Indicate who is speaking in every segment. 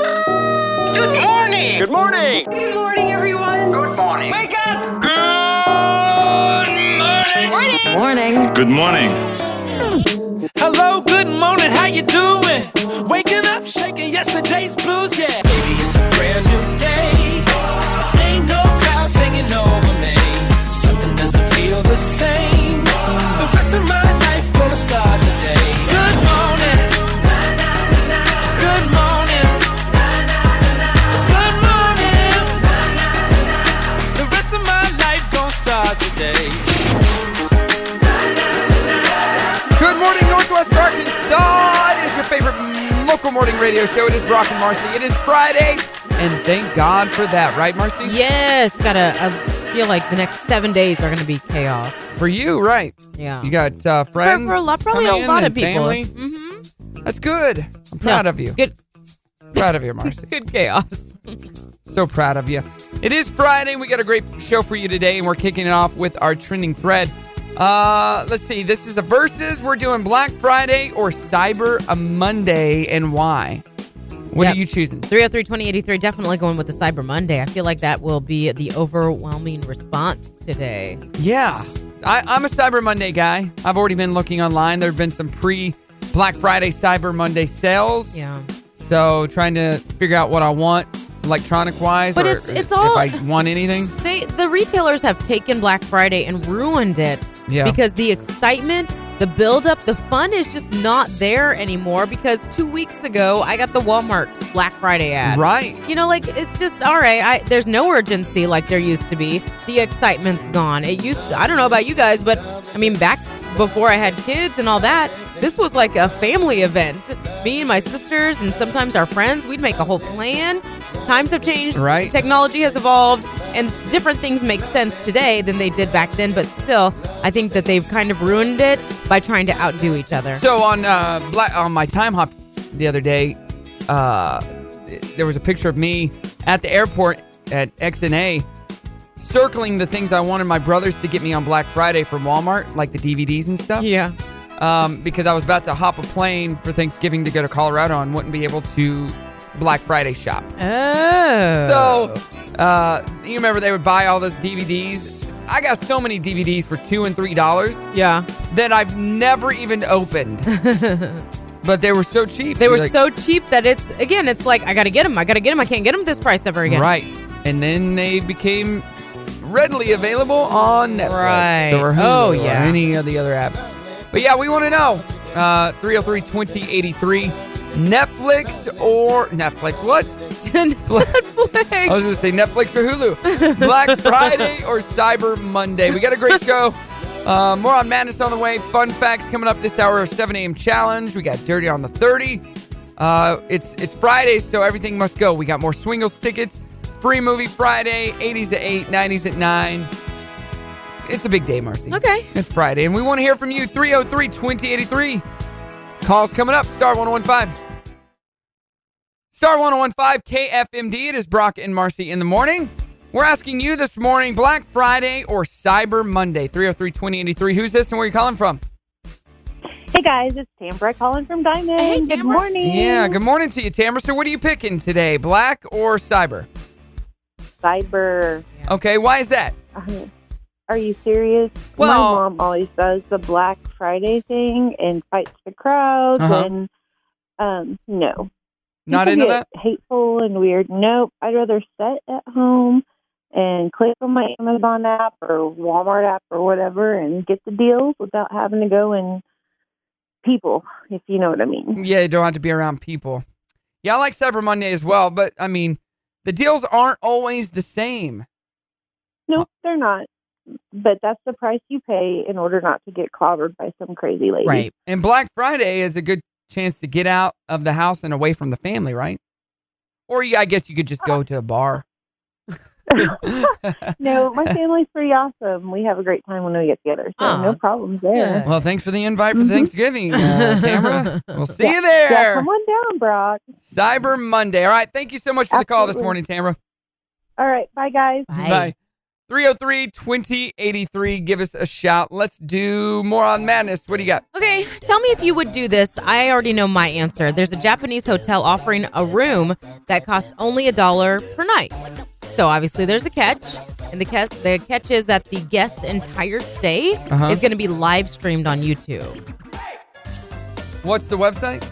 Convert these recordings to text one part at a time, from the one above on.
Speaker 1: Good morning.
Speaker 2: Good morning.
Speaker 3: Good morning, everyone.
Speaker 1: Good morning.
Speaker 3: Wake up.
Speaker 1: Good morning.
Speaker 4: Morning.
Speaker 5: Good morning.
Speaker 6: Hello, good morning, how you doing? Waking up, shaking yesterday's blues, yeah. Baby, it's a brand new day. Ain't no clouds hanging over me. Something doesn't feel the same. The rest of my life gonna start today. Good morning. Good morning. Good morning. The rest of my life gonna start today.
Speaker 7: Good morning, Northwest Arkansas. It is your favorite local morning radio show. It is Brock and Marcy. It is Friday, and thank God for that, right, Marcy?
Speaker 8: Yes, gotta. I feel like the next seven days are gonna be chaos.
Speaker 7: For you, right?
Speaker 8: Yeah,
Speaker 7: You got uh, friends,
Speaker 8: for a lot- probably
Speaker 7: coming
Speaker 8: a
Speaker 7: in
Speaker 8: lot
Speaker 7: and
Speaker 8: of people.
Speaker 7: family. That's good. I'm
Speaker 8: No,
Speaker 7: proud of you.
Speaker 8: Mm-hmm. Good,
Speaker 7: Proud of you, Marcy.
Speaker 8: good chaos.
Speaker 7: So proud of you. It is Friday. We got a great show for you today, and we're kicking it off with our trending thread. Uh, let's see. This is a versus. We're doing Black Friday or Cyber a Monday, and why? What
Speaker 8: Yep.
Speaker 7: are you choosing?
Speaker 8: 303 2083, definitely going with the Cyber Monday. I feel like that will be the overwhelming response today.
Speaker 7: Yeah, I, I'm a Cyber Monday guy. I've already been looking online. There have been some pre Black Friday, Cyber Monday sales.
Speaker 8: Yeah.
Speaker 7: So trying to figure out what I want electronic wise,
Speaker 8: But
Speaker 7: or
Speaker 8: it's- it's all-
Speaker 7: if I want anything.
Speaker 8: They, the retailers have taken Black Friday and ruined it
Speaker 7: Yeah.
Speaker 8: because the excitement, the buildup, the fun is just not there anymore. Because two weeks ago, I got the Walmart Black Friday ad.
Speaker 7: Right.
Speaker 8: You know, like it's just all right. I, there's no urgency like there used to be. The excitement's gone. It used. I don't know about you guys, but I mean, back before I had kids and all that, this was like a family event. Me and my sisters, and sometimes our friends, we'd make a whole plan. Times have changed.
Speaker 7: Right.
Speaker 8: Technology has evolved, and different things make sense today than they did back then. But still, I think that they've kind of ruined it by trying to outdo each other.
Speaker 7: So on uh, Black, on my time hop the other day, uh, th- there was a picture of me at the airport at XNA circling the things I wanted my brothers to get me on Black Friday from Walmart, like the DVDs and stuff.
Speaker 8: yeah.
Speaker 7: Um, because I was about to hop a plane for Thanksgiving to go to Colorado and wouldn't be able to Black Friday shop.
Speaker 8: Oh.
Speaker 7: So, uh, you remember they would buy all those DVDs. I got so many DVDs for two and three dollars
Speaker 8: yeah.
Speaker 7: that I've never even opened. but they were so cheap.
Speaker 8: They were
Speaker 7: Like,
Speaker 8: so cheap that it's again, it's like I gotta get them. I gotta get them. I can't get them this price ever again.
Speaker 7: right, and then they became readily available on Netflix
Speaker 8: Right.
Speaker 7: or Hulu
Speaker 8: Oh,
Speaker 7: or
Speaker 8: yeah.
Speaker 7: any of the other apps. But yeah, we want to know uh, 303-2083, Netflix or Netflix? What?
Speaker 8: Netflix.
Speaker 7: I was going to say Netflix or Hulu. Black Friday or Cyber Monday. We got a great show. Uh, more on madness on the way. Fun facts coming up this hour. 7 a.m. challenge. We got dirty on the 30. Uh, it's it's Friday, so everything must go. We got more Swingles tickets. Free movie Friday. 80s at 8. 90s at 9. It's, it's a big day, Marcy.
Speaker 8: Okay.
Speaker 7: It's Friday, and we want to hear from you. 303 2083. Calls coming up. Star 1015. Star 1015 KFMD. It is Brock and Marcy in the morning. We're asking you this morning Black Friday or Cyber Monday. 303 2083. Who's this and where are you calling from?
Speaker 9: Hey guys, it's Tamra calling from Diamond.
Speaker 8: Hey, Tamra.
Speaker 9: Good morning.
Speaker 7: Yeah, good morning to you, Tamara. So, what are you picking today, black or cyber?
Speaker 9: Cyber.
Speaker 7: Okay, why is that?
Speaker 9: Uh, Are you serious?
Speaker 7: Well-
Speaker 9: My mom always does the Black Friday thing and fights the crowds
Speaker 7: Uh-huh.
Speaker 9: and um no.
Speaker 7: Not
Speaker 9: People
Speaker 7: into that?
Speaker 9: get Hateful and weird. Nope. I'd rather sit at home and click on my Amazon app or Walmart app or whatever and get the deals without having to go and people, if you know what I mean.
Speaker 7: Yeah, you don't have to be around people. Yeah, I like Cyber Monday as well, but I mean, the deals aren't always the same.
Speaker 9: No, they're not. But that's the price you pay in order not to get clobbered by some crazy lady.
Speaker 8: Right.
Speaker 7: And Black Friday is a good chance to get out of the house and away from the family, right? Or you, I guess you could just go to a bar.
Speaker 9: No, my family's pretty awesome. We have a great time when we get together, so
Speaker 8: Aw.
Speaker 9: no problems there.
Speaker 7: Well, thanks for the invite for
Speaker 9: Mhm.
Speaker 7: Thanksgiving, uh, Tamara. We'll see you
Speaker 9: Yeah,
Speaker 7: there.
Speaker 9: come on down, Brock.
Speaker 7: Cyber Monday. All right. Thank you so much for the call this
Speaker 9: Absolutely.
Speaker 7: morning, Tamara.
Speaker 9: All right, bye guys.
Speaker 8: Bye.
Speaker 7: 303 2083. Give us a shout. Let's do more on madness. What do you got?
Speaker 8: Okay, tell me if you would do this. I already know my answer. There's a Japanese hotel offering a room that costs only a dollar per night. So obviously there's a catch, and the catch the catch is that the guest's entire stay
Speaker 7: Uh-huh.
Speaker 8: is going to be live streamed on YouTube.
Speaker 7: What's the website?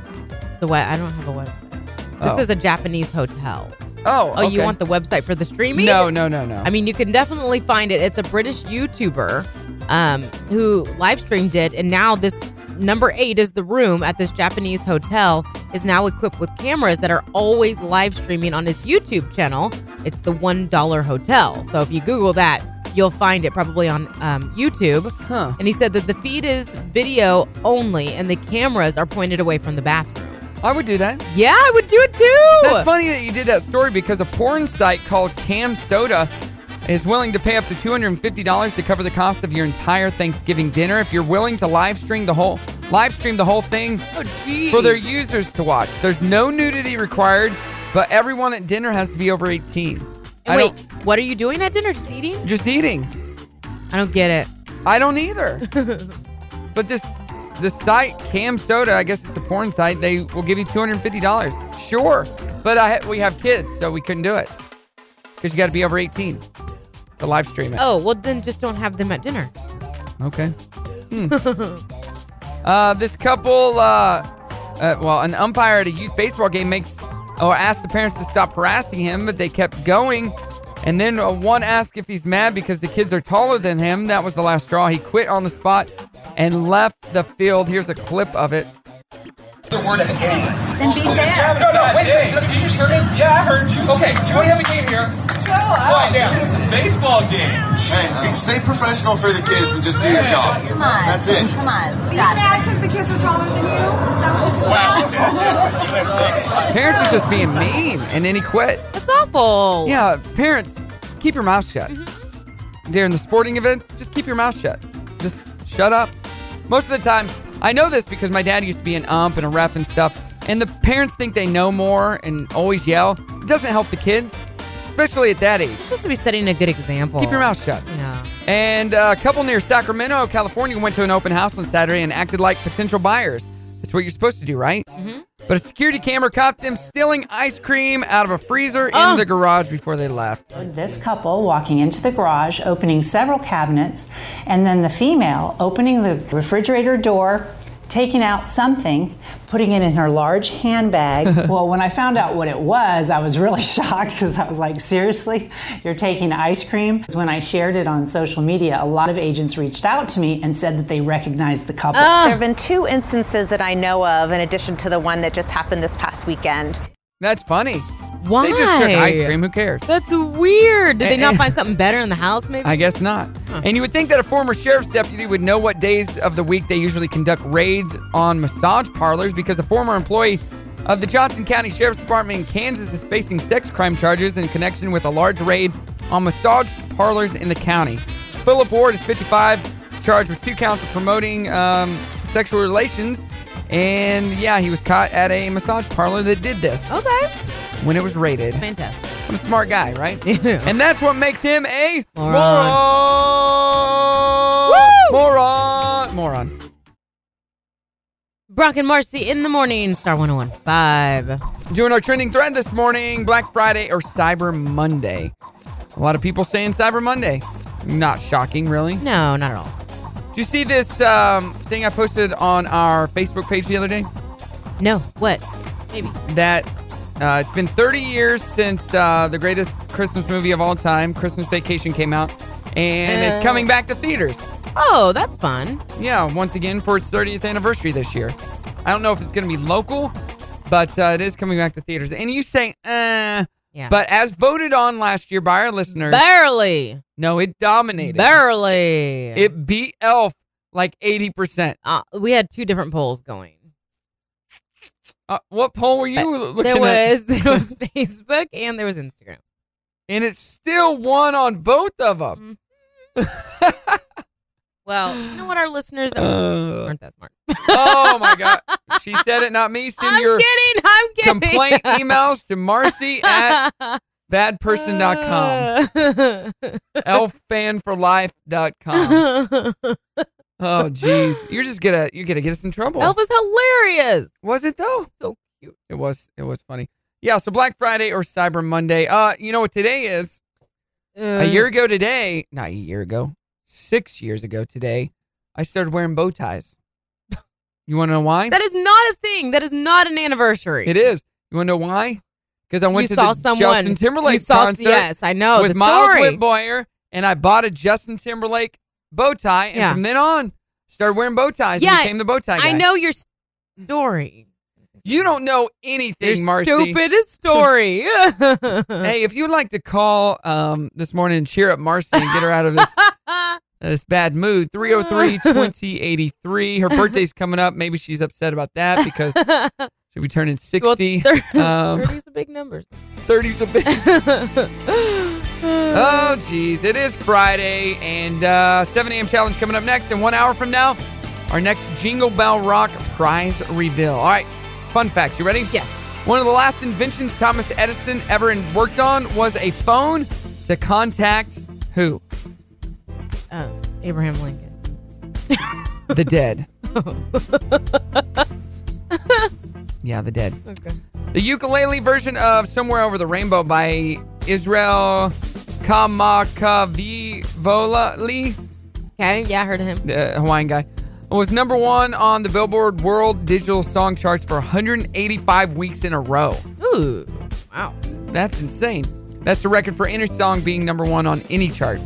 Speaker 8: The we- I don't have a website. This
Speaker 7: Oh.
Speaker 8: is a Japanese hotel.
Speaker 7: Oh,
Speaker 8: Oh, you
Speaker 7: okay.
Speaker 8: want the website for the streaming?
Speaker 7: No, no, no, no.
Speaker 8: I mean, you can definitely find it. It's a British YouTuber um, who live streamed it, and now this number eight is the room at this Japanese hotel is now equipped with cameras that are always live streaming on his YouTube channel. It's the One Dollar Hotel. So if you Google that, you'll find it probably on um, YouTube.
Speaker 7: huh.
Speaker 8: And he said that the feed is video only, and the cameras are pointed away from the bathroom.
Speaker 7: I would do that.
Speaker 8: Yeah, I would do it too.
Speaker 7: That's funny that you did that story because a porn site called Cam Soda is willing to pay up to $250 to cover the cost of your entire Thanksgiving dinner if you're willing to live stream the whole live stream the whole thing
Speaker 8: Oh, geez.
Speaker 7: for their users to watch. There's no nudity required, but everyone at dinner has to be over 18. I
Speaker 8: And
Speaker 7: don't-
Speaker 8: wait, what are you doing at dinner? Just eating?
Speaker 7: just eating.
Speaker 8: I don't get it.
Speaker 7: I don't either. but this the site Cam Soda, I guess it's a porn site. They will give you two hundred and fifty dollars. Sure, but I we have kids, so we couldn't do it because you got to be over eighteen to live stream it.
Speaker 8: Oh, well, then just don't have them at dinner.
Speaker 7: Okay. Hmm. uh, this couple, uh, uh, well, an umpire at a youth baseball game makes or asked the parents to stop harassing him, but they kept going. And then uh, one asked if he's mad because the kids are taller than him. That was the last straw. He quit on the spot and left the field. Here's a clip of it.
Speaker 1: the word of a game.
Speaker 2: Then be fair.
Speaker 1: No, no, wait a second. Did you just hear me? Yeah, I heard you. Okay, do you want to have a game here? Quiet down. It's a baseball game.
Speaker 3: Hey, stay professional for the kids and just do your job.
Speaker 2: Come on.
Speaker 3: That's it.
Speaker 2: Come on.
Speaker 4: Are you
Speaker 2: Stop.
Speaker 4: mad because the kids are taller than you? Is that what you
Speaker 1: Wow.
Speaker 4: want?
Speaker 7: Parents are just being mean, and then he quit.
Speaker 8: That's awful.
Speaker 7: Yeah, parents, keep your mouth shut.
Speaker 8: Mm-hmm.
Speaker 7: During the sporting event, just keep your mouth shut. Just shut up. Most of the time, I know this because my dad used to be an ump and a ref and stuff, and the parents think they know more and always yell. It doesn't help the kids, especially at that age.
Speaker 8: You're supposed to be setting a good example.
Speaker 7: Keep your mouth shut.
Speaker 8: Yeah.
Speaker 7: And uh, a couple near Sacramento, California went to an open house on Saturday and acted like potential buyers. That's what you're supposed to do, right? Mm-hmm. But a security camera caught them stealing ice cream out of a freezer in
Speaker 8: Oh.
Speaker 7: the garage before they left.
Speaker 5: This couple walking into the garage, opening several cabinets, and then the female opening the refrigerator door, taking out something, putting it in her large handbag. well, when I found out what it was, I was really shocked because I was like, seriously, you're taking ice cream? When I shared it on social media, a lot of agents reached out to me and said that they recognized the couple.
Speaker 2: There have been two instances that I know of, in addition to the one that just happened this past weekend.
Speaker 7: That's funny.
Speaker 8: Why?
Speaker 7: They just took ice cream. Who cares?
Speaker 8: That's weird. Did they
Speaker 7: Eh,
Speaker 8: not
Speaker 7: eh.
Speaker 8: find something better in the house, maybe?
Speaker 7: I guess not. And you would think that a former sheriff's deputy would know what days of the week they usually conduct raids on massage parlors because a former employee of the Johnson County Sheriff's Department in Kansas is facing sex crime charges in connection with a large raid on massage parlors in the county. Philip Ward is 55, is charged with two counts of promoting um, sexual relations. And yeah, he was caught at a massage parlor that did this
Speaker 8: okay.
Speaker 7: when it was raided.
Speaker 8: Fantastic.
Speaker 7: What a smart guy, right?
Speaker 8: Yeah.
Speaker 7: And that's what makes him a
Speaker 8: Moron.
Speaker 7: moron.
Speaker 8: Woo!
Speaker 7: Moron. Moron.
Speaker 8: Brock and Marcy in the morning, Star 1015.
Speaker 7: Doing our trending thread this morning, Black Friday or Cyber Monday. A lot of people saying Cyber Monday. Not shocking, really. Did
Speaker 8: No, not at all.
Speaker 7: you see this um, thing I posted on our Facebook page the other day?
Speaker 8: No. What? Maybe.
Speaker 7: That uh, it's been 30 years since uh, the greatest Christmas movie of all time, Christmas Vacation, came out, and it's
Speaker 8: Uh.
Speaker 7: coming back to theaters.
Speaker 8: Oh, that's fun.
Speaker 7: Yeah, once again for its 30th anniversary this year. I don't know if it's going to be local, but uh, it is coming back to theaters. And you say, uh,
Speaker 8: Yeah.
Speaker 7: but as voted on last year by our listeners,
Speaker 8: barely.
Speaker 7: no, it dominated.
Speaker 8: Barely.
Speaker 7: It beat Elf like 80%.
Speaker 8: uh, we had two different polls going.
Speaker 7: Uh, what poll were you looking
Speaker 8: There
Speaker 7: at?
Speaker 8: was there was Facebook and there was Instagram.
Speaker 7: And it still won on both of them.
Speaker 8: Well, you know what our listeners
Speaker 7: Uh,
Speaker 8: aren't that smart.
Speaker 7: Oh my God. She said it, not me. Send
Speaker 8: Mm. I'm
Speaker 7: your
Speaker 8: kidding. I'm kidding.
Speaker 7: complaint emails to Marcy at Badperson.com.
Speaker 8: Uh.
Speaker 7: Elffanforlife.com. Oh, jeez. You're just gonna you're gonna get us in trouble.
Speaker 8: Elf is hilarious.
Speaker 7: Was it though?
Speaker 8: So
Speaker 7: cute. It was. It was funny. Yeah. So Black Friday or Cyber Monday. Uh, you know what today is? a year ago today, not a year ago, six years ago today, I started wearing bow ties. You want to know why?
Speaker 8: That is not a thing. That is not an anniversary.
Speaker 7: it is. You want to know why? Because I went
Speaker 8: you
Speaker 7: to
Speaker 8: saw
Speaker 7: the
Speaker 8: someone.
Speaker 7: Justin Timberlake
Speaker 8: you saw,
Speaker 7: concert
Speaker 8: Yes, I know
Speaker 7: with
Speaker 8: the
Speaker 7: Miles
Speaker 8: story.
Speaker 7: Whitboyer, and I bought a Justin Timberlake bow tie, and
Speaker 8: Yeah.
Speaker 7: from then on, started wearing bow ties.
Speaker 8: Yeah,
Speaker 7: and became the bow tie.
Speaker 8: I
Speaker 7: guy.
Speaker 8: know your story.
Speaker 7: you don't know anything,
Speaker 8: your
Speaker 7: Marcy.
Speaker 8: stupid story.
Speaker 7: Hey, if you'd like to call um, this morning and cheer up Marcy and get her out of this this bad mood, 303-2083. Her birthday's coming up. Maybe she's upset about that because she'll be turning 60.
Speaker 8: Well, thir-
Speaker 7: um,
Speaker 8: 30's a big number.
Speaker 7: 30's a bit. Oh, geez. It is Friday, and uh, 7 a.m. challenge coming up next. And one hour from now, our next Jingle Bell Rock prize reveal. All right, fun facts. You ready?
Speaker 8: Yes.
Speaker 7: One of the last inventions Thomas Edison ever in- worked on was a phone to contact who?
Speaker 8: Um, Abraham Lincoln.
Speaker 7: The dead. yeah, the dead.
Speaker 8: Okay.
Speaker 7: The ukulele version of Somewhere Over the Rainbow by Israel Kamakavivolali,
Speaker 8: Okay. Yeah, I heard of him.
Speaker 7: the uh, Hawaiian guy, was number one on the Billboard World Digital Song Charts for 185 weeks in a row.
Speaker 8: Ooh. Wow.
Speaker 7: That's insane. That's the record for any song being number one on any chart.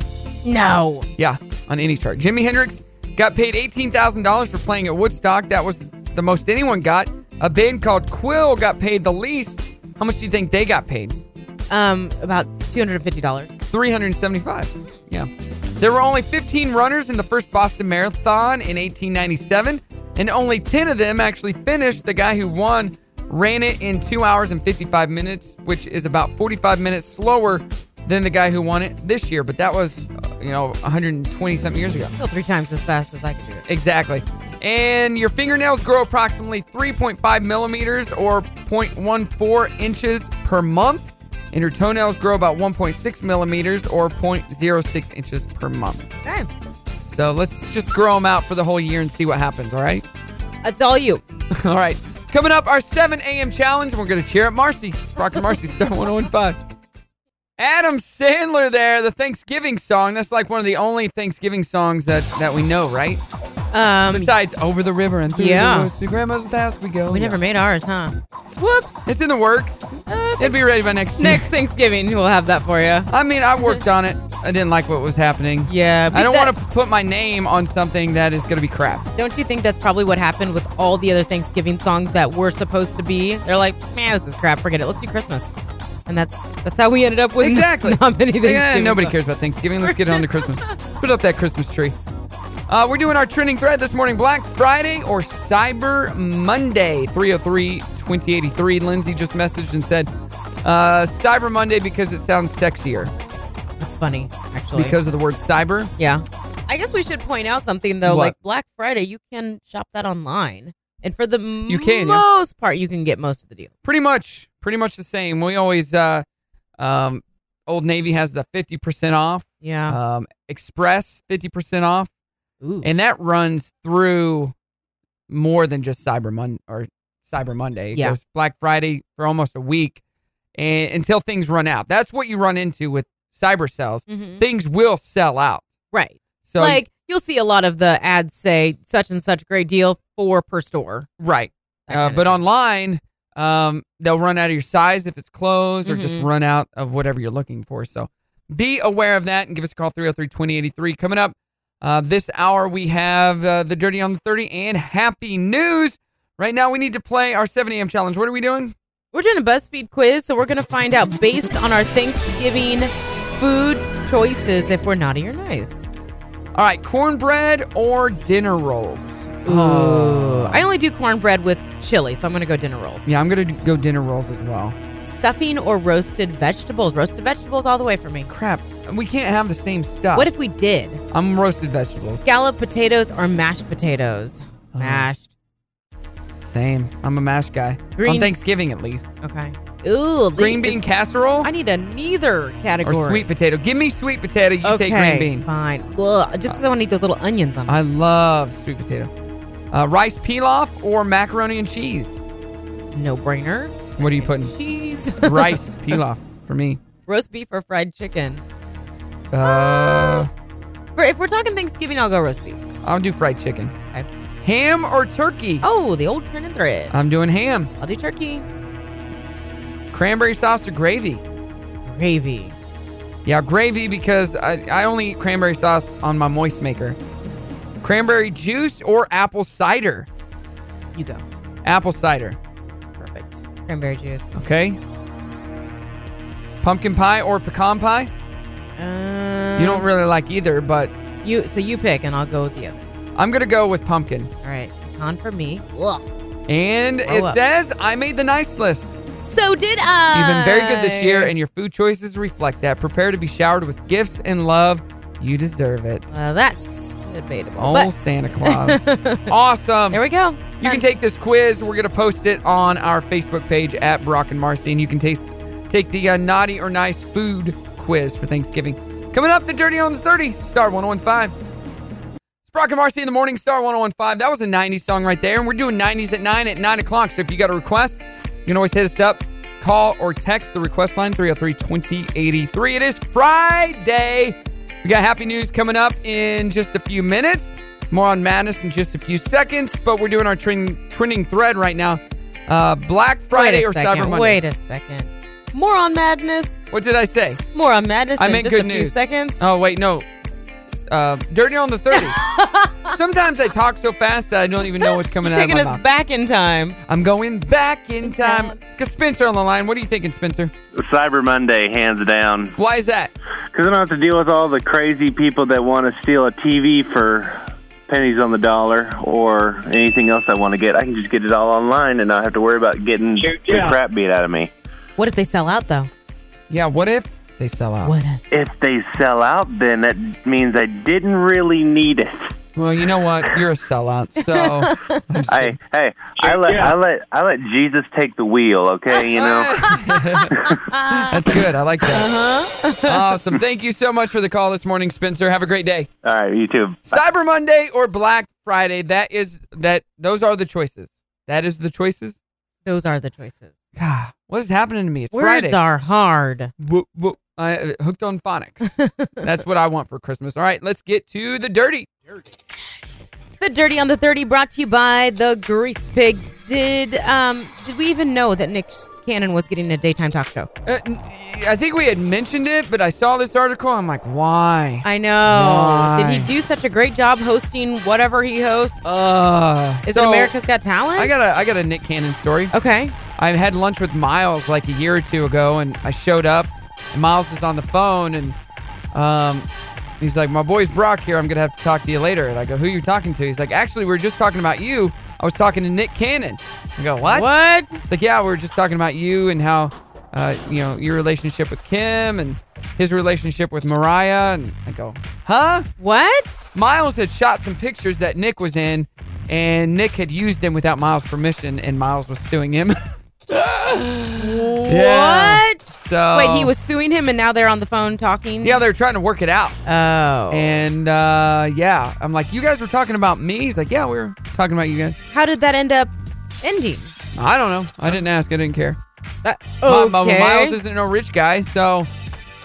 Speaker 8: No.
Speaker 7: Yeah, on any chart. Jimi Hendrix got paid $18,000 for playing at Woodstock. That was the most anyone got. A band called Quill got paid the least. How much do you think they got paid?
Speaker 8: Um, about two hundred and fifty dollars.
Speaker 7: 375. Yeah. There were only 15 runners in the first Boston Marathon in 1897, and only 10 of them actually finished. The guy who won ran it in 2 hours and 55 minutes, which is about 45 minutes slower than the guy who won it this year, but that was, uh, you know, 120 something years ago.
Speaker 8: Still three times as fast as I could do it.
Speaker 7: Exactly. And your fingernails grow approximately 3.5 millimeters or 0.14 inches per month. And your toenails grow about 1.6 millimeters or 0.06 inches per month.
Speaker 8: Okay.
Speaker 7: So let's just grow them out for the whole year and see what happens, all right?
Speaker 8: That's all you.
Speaker 7: all right. Coming up, our 7 a.m. challenge. We're going to cheer at Marcy. It's Brock and Marcy, Star 1015. Adam Sandler there, the Thanksgiving song. That's like one of the only Thanksgiving songs that, that we know, right?
Speaker 8: Um,
Speaker 7: Besides, over the river and through
Speaker 8: Yeah.
Speaker 7: the woods to grandma's house we go.
Speaker 8: we
Speaker 7: Yeah.
Speaker 8: never made ours, huh? Whoops.
Speaker 7: It's in the works.
Speaker 8: Uh,
Speaker 7: It'll be ready by next year.
Speaker 8: next Thanksgiving, we'll have that for you.
Speaker 7: I mean, I worked on it. I didn't like what was happening.
Speaker 8: Yeah.
Speaker 7: I don't
Speaker 8: that-
Speaker 7: want to put my name on something that is going to be crap.
Speaker 8: Don't you think that's probably what happened with all the other Thanksgiving songs that were supposed to be? They're like, man, this is crap. Forget it. Let's do Christmas. And that's that's how we ended up with
Speaker 7: Exactly.
Speaker 8: not many Thanksgiving.
Speaker 7: Yeah, nobody
Speaker 8: songs.
Speaker 7: cares about Thanksgiving. Let's get on to Christmas. Put up that Christmas tree. Uh, we're doing our trending thread this morning Black Friday or Cyber Monday. 303 2083. Lindsay just messaged and said uh, Cyber Monday because it sounds sexier
Speaker 8: That's funny, actually.
Speaker 7: because of the word cyber.
Speaker 8: yeah, I guess we should point out something though.
Speaker 7: What?
Speaker 8: Like Black Friday, you can shop that online, and for the
Speaker 7: can, yeah.
Speaker 8: most part, you can get most of the deals.
Speaker 7: pretty much pretty much the same we always uh um old navy has the 50% off
Speaker 8: Yeah.
Speaker 7: um express 50% off
Speaker 8: Ooh.
Speaker 7: and that runs through more than just cyber monday or cyber monday It
Speaker 8: Yeah.
Speaker 7: goes black friday for almost a week and until things run out that's what you run into with cyber sales
Speaker 8: Mhm.
Speaker 7: things will sell out
Speaker 8: Right.
Speaker 7: so
Speaker 8: like you'll see a lot of the ads say such and such great deal four per store.
Speaker 7: right
Speaker 8: That
Speaker 7: Uh,
Speaker 8: kinda
Speaker 7: but
Speaker 8: thing.
Speaker 7: online, um, they'll run out of your size if it's closed or just
Speaker 8: Mhm.
Speaker 7: run out of whatever you're looking for. So be aware of that and give us a call 303 2083. Coming up uh, this hour, we have uh, the Dirty on the 30 and Happy News. Right now, we need to play our 7 a.m. challenge. What are we doing?
Speaker 8: We're doing a BuzzFeed quiz, so we're going to find out based on our Thanksgiving food choices if we're naughty or nice.
Speaker 7: All right, cornbread or dinner rolls? Uh,
Speaker 8: Ooh. I only do cornbread with chili, so I'm going to go dinner rolls.
Speaker 7: Yeah, I'm going to go dinner rolls as well.
Speaker 8: Stuffing or roasted vegetables? Roasted vegetables all the way for me.
Speaker 7: Crap, we can't have the same stuff.
Speaker 8: What if we did?
Speaker 7: I'm roasted vegetables.
Speaker 8: Scallop potatoes or mashed potatoes?
Speaker 7: Oh.
Speaker 8: Mashed.
Speaker 7: Same. I'm a mash guy.
Speaker 8: Green-
Speaker 7: On Thanksgiving, at least.
Speaker 8: Okay. Ooh,
Speaker 7: Green bean casserole
Speaker 8: I need a neither
Speaker 7: or
Speaker 8: category.
Speaker 7: sweet potato? Give me sweet potato. You
Speaker 8: okay,
Speaker 7: take green bean.
Speaker 8: Fine. Well, just because I want to eat those little onions on it.
Speaker 7: I love sweet potato. Uh, rice pilaf or macaroni and cheese?
Speaker 8: no brainer.
Speaker 7: What are you putting?
Speaker 8: Cheese.
Speaker 7: Rice pilaf for me.
Speaker 8: Roast beef or fried chicken.
Speaker 7: Uh,
Speaker 8: For if we're talking Thanksgiving, I'll go roast beef.
Speaker 7: I'll do fried chicken.
Speaker 8: Okay.
Speaker 7: Ham or turkey?
Speaker 8: Oh, the old trend and thread.
Speaker 7: I'm doing ham.
Speaker 8: I'll do turkey.
Speaker 7: Cranberry sauce or gravy?
Speaker 8: Gravy.
Speaker 7: Yeah, gravy because I, I only eat cranberry sauce on my moist maker. Cranberry juice or apple cider?
Speaker 8: You go.
Speaker 7: Apple cider.
Speaker 8: Perfect. Cranberry juice.
Speaker 7: Okay. Pumpkin pie or pecan pie?
Speaker 8: Um,
Speaker 7: Oh. You don't really like either, but
Speaker 8: You so you pick and I'll go with the other.
Speaker 7: I'm gonna go with pumpkin.
Speaker 8: All right, pecan for me. Ugh.
Speaker 7: And
Speaker 8: Grow
Speaker 7: it
Speaker 8: up.
Speaker 7: says I made the nice list.
Speaker 8: So did I.
Speaker 7: You've been very good this year, and your food choices reflect that. Prepare to be showered with gifts and love. You deserve it.
Speaker 8: Well, that's debatable.
Speaker 7: Oh,
Speaker 8: but-
Speaker 7: Santa Claus. awesome.
Speaker 8: There we go.
Speaker 7: You can take this quiz. We're going to post it on our Facebook page at Brock and Marcy, and you can taste, take the uh, naughty or nice food quiz for Thanksgiving. Coming up, the Dirty on the 30, Star 1015. It's Brock and Marcy in the morning, Star 1015. That was a 90s song right there, and we're doing 90s at 9 at 9 o'clock. So if you got a request, you can always hit us up, call or text the request line 303 2083. It is Friday. We got happy news coming up in just a few minutes. More on madness in just a few seconds, but we're doing our trending, trending thread right now. Uh, Black Friday
Speaker 8: Wait a
Speaker 7: or
Speaker 8: second,
Speaker 7: Cyber Monday.
Speaker 8: Wait a second. More on madness.
Speaker 7: What did I say?
Speaker 8: More on madness.
Speaker 7: I
Speaker 8: in
Speaker 7: meant
Speaker 8: just
Speaker 7: good
Speaker 8: a Few
Speaker 7: news.
Speaker 8: seconds.
Speaker 7: Oh wait, no. Uh, dirty on the thirty. Sometimes I talk so fast that I don't even know what's coming
Speaker 8: You're
Speaker 7: out of
Speaker 8: taking
Speaker 7: my
Speaker 8: us
Speaker 7: mouth.
Speaker 8: back in time.
Speaker 7: I'm going back in time. Cause Spencer on the line. What are you thinking, Spencer?
Speaker 10: Cyber Monday, hands down.
Speaker 7: Why is that?
Speaker 10: Because I don't have to deal with all the crazy people that want to steal a TV for pennies on the dollar or anything else I want to get. I can just get it all online and not have to worry about getting the crap beat out of me.
Speaker 8: What if they sell out though?
Speaker 7: Yeah. What if they sell out?
Speaker 8: What? If?
Speaker 10: If they sell out, then that means I didn't really need it.
Speaker 7: Well, you know what? You're a sellout. So I'm just
Speaker 10: I, hey, I let I let I let Jesus take the wheel. Okay, you know.
Speaker 7: That's good. I like that.
Speaker 8: Uh-huh.
Speaker 7: awesome. Thank you so much for the call this morning, Spencer. Have a great day.
Speaker 10: all right, you too.
Speaker 7: Cyber Monday or Black Friday. That is that. Those are the choices. That is the choices.
Speaker 8: Those are the choices.
Speaker 7: God, what is happening to me? It's
Speaker 8: Words
Speaker 7: Friday.
Speaker 8: are hard.
Speaker 7: Wo- wo- I, uh, hooked on phonics. That's what I want for Christmas. All right, let's get to the dirty.
Speaker 8: The Dirty on the 30 brought to you by the Grease Pig. Did um did we even know that Nick Cannon was getting a daytime talk show?
Speaker 7: Uh, n- I think we had mentioned it, but I saw this article. I'm like, why?
Speaker 8: I know.
Speaker 7: Why?
Speaker 8: Did he do such a great job hosting whatever he hosts?
Speaker 7: Uh,
Speaker 8: Is
Speaker 7: so
Speaker 8: it America's Got Talent?
Speaker 7: I got a I got a Nick Cannon story.
Speaker 8: Okay.
Speaker 7: I had lunch with Miles like a year or two ago, and I showed up. And Miles was on the phone, and um, he's like, "My boy's Brock here. I'm gonna have to talk to you later." And I go, "Who you talking to?" He's like, "Actually, we were just talking about you. I was talking to Nick Cannon." I go, "What?"
Speaker 8: What?
Speaker 7: It's like, "Yeah, we were just talking about you and how, uh, you know, your relationship with Kim and his relationship with Mariah." And I go, "Huh?"
Speaker 8: What?
Speaker 7: Miles had shot some pictures that Nick was in, and Nick had used them without Miles' permission, and Miles was suing him. Yeah. Oh.
Speaker 8: What?
Speaker 7: So
Speaker 8: Wait, he was suing him and now they're on the phone talking?
Speaker 7: Yeah, they're trying to work it out.
Speaker 8: Oh.
Speaker 7: And uh, yeah, I'm like, you guys were talking about me. He's like, yeah, we were talking about you guys.
Speaker 8: How did that end up ending?
Speaker 7: I don't know. I didn't ask. I didn't care.
Speaker 8: That,
Speaker 7: My-
Speaker 8: okay.
Speaker 7: my- Miles isn't no rich guy, so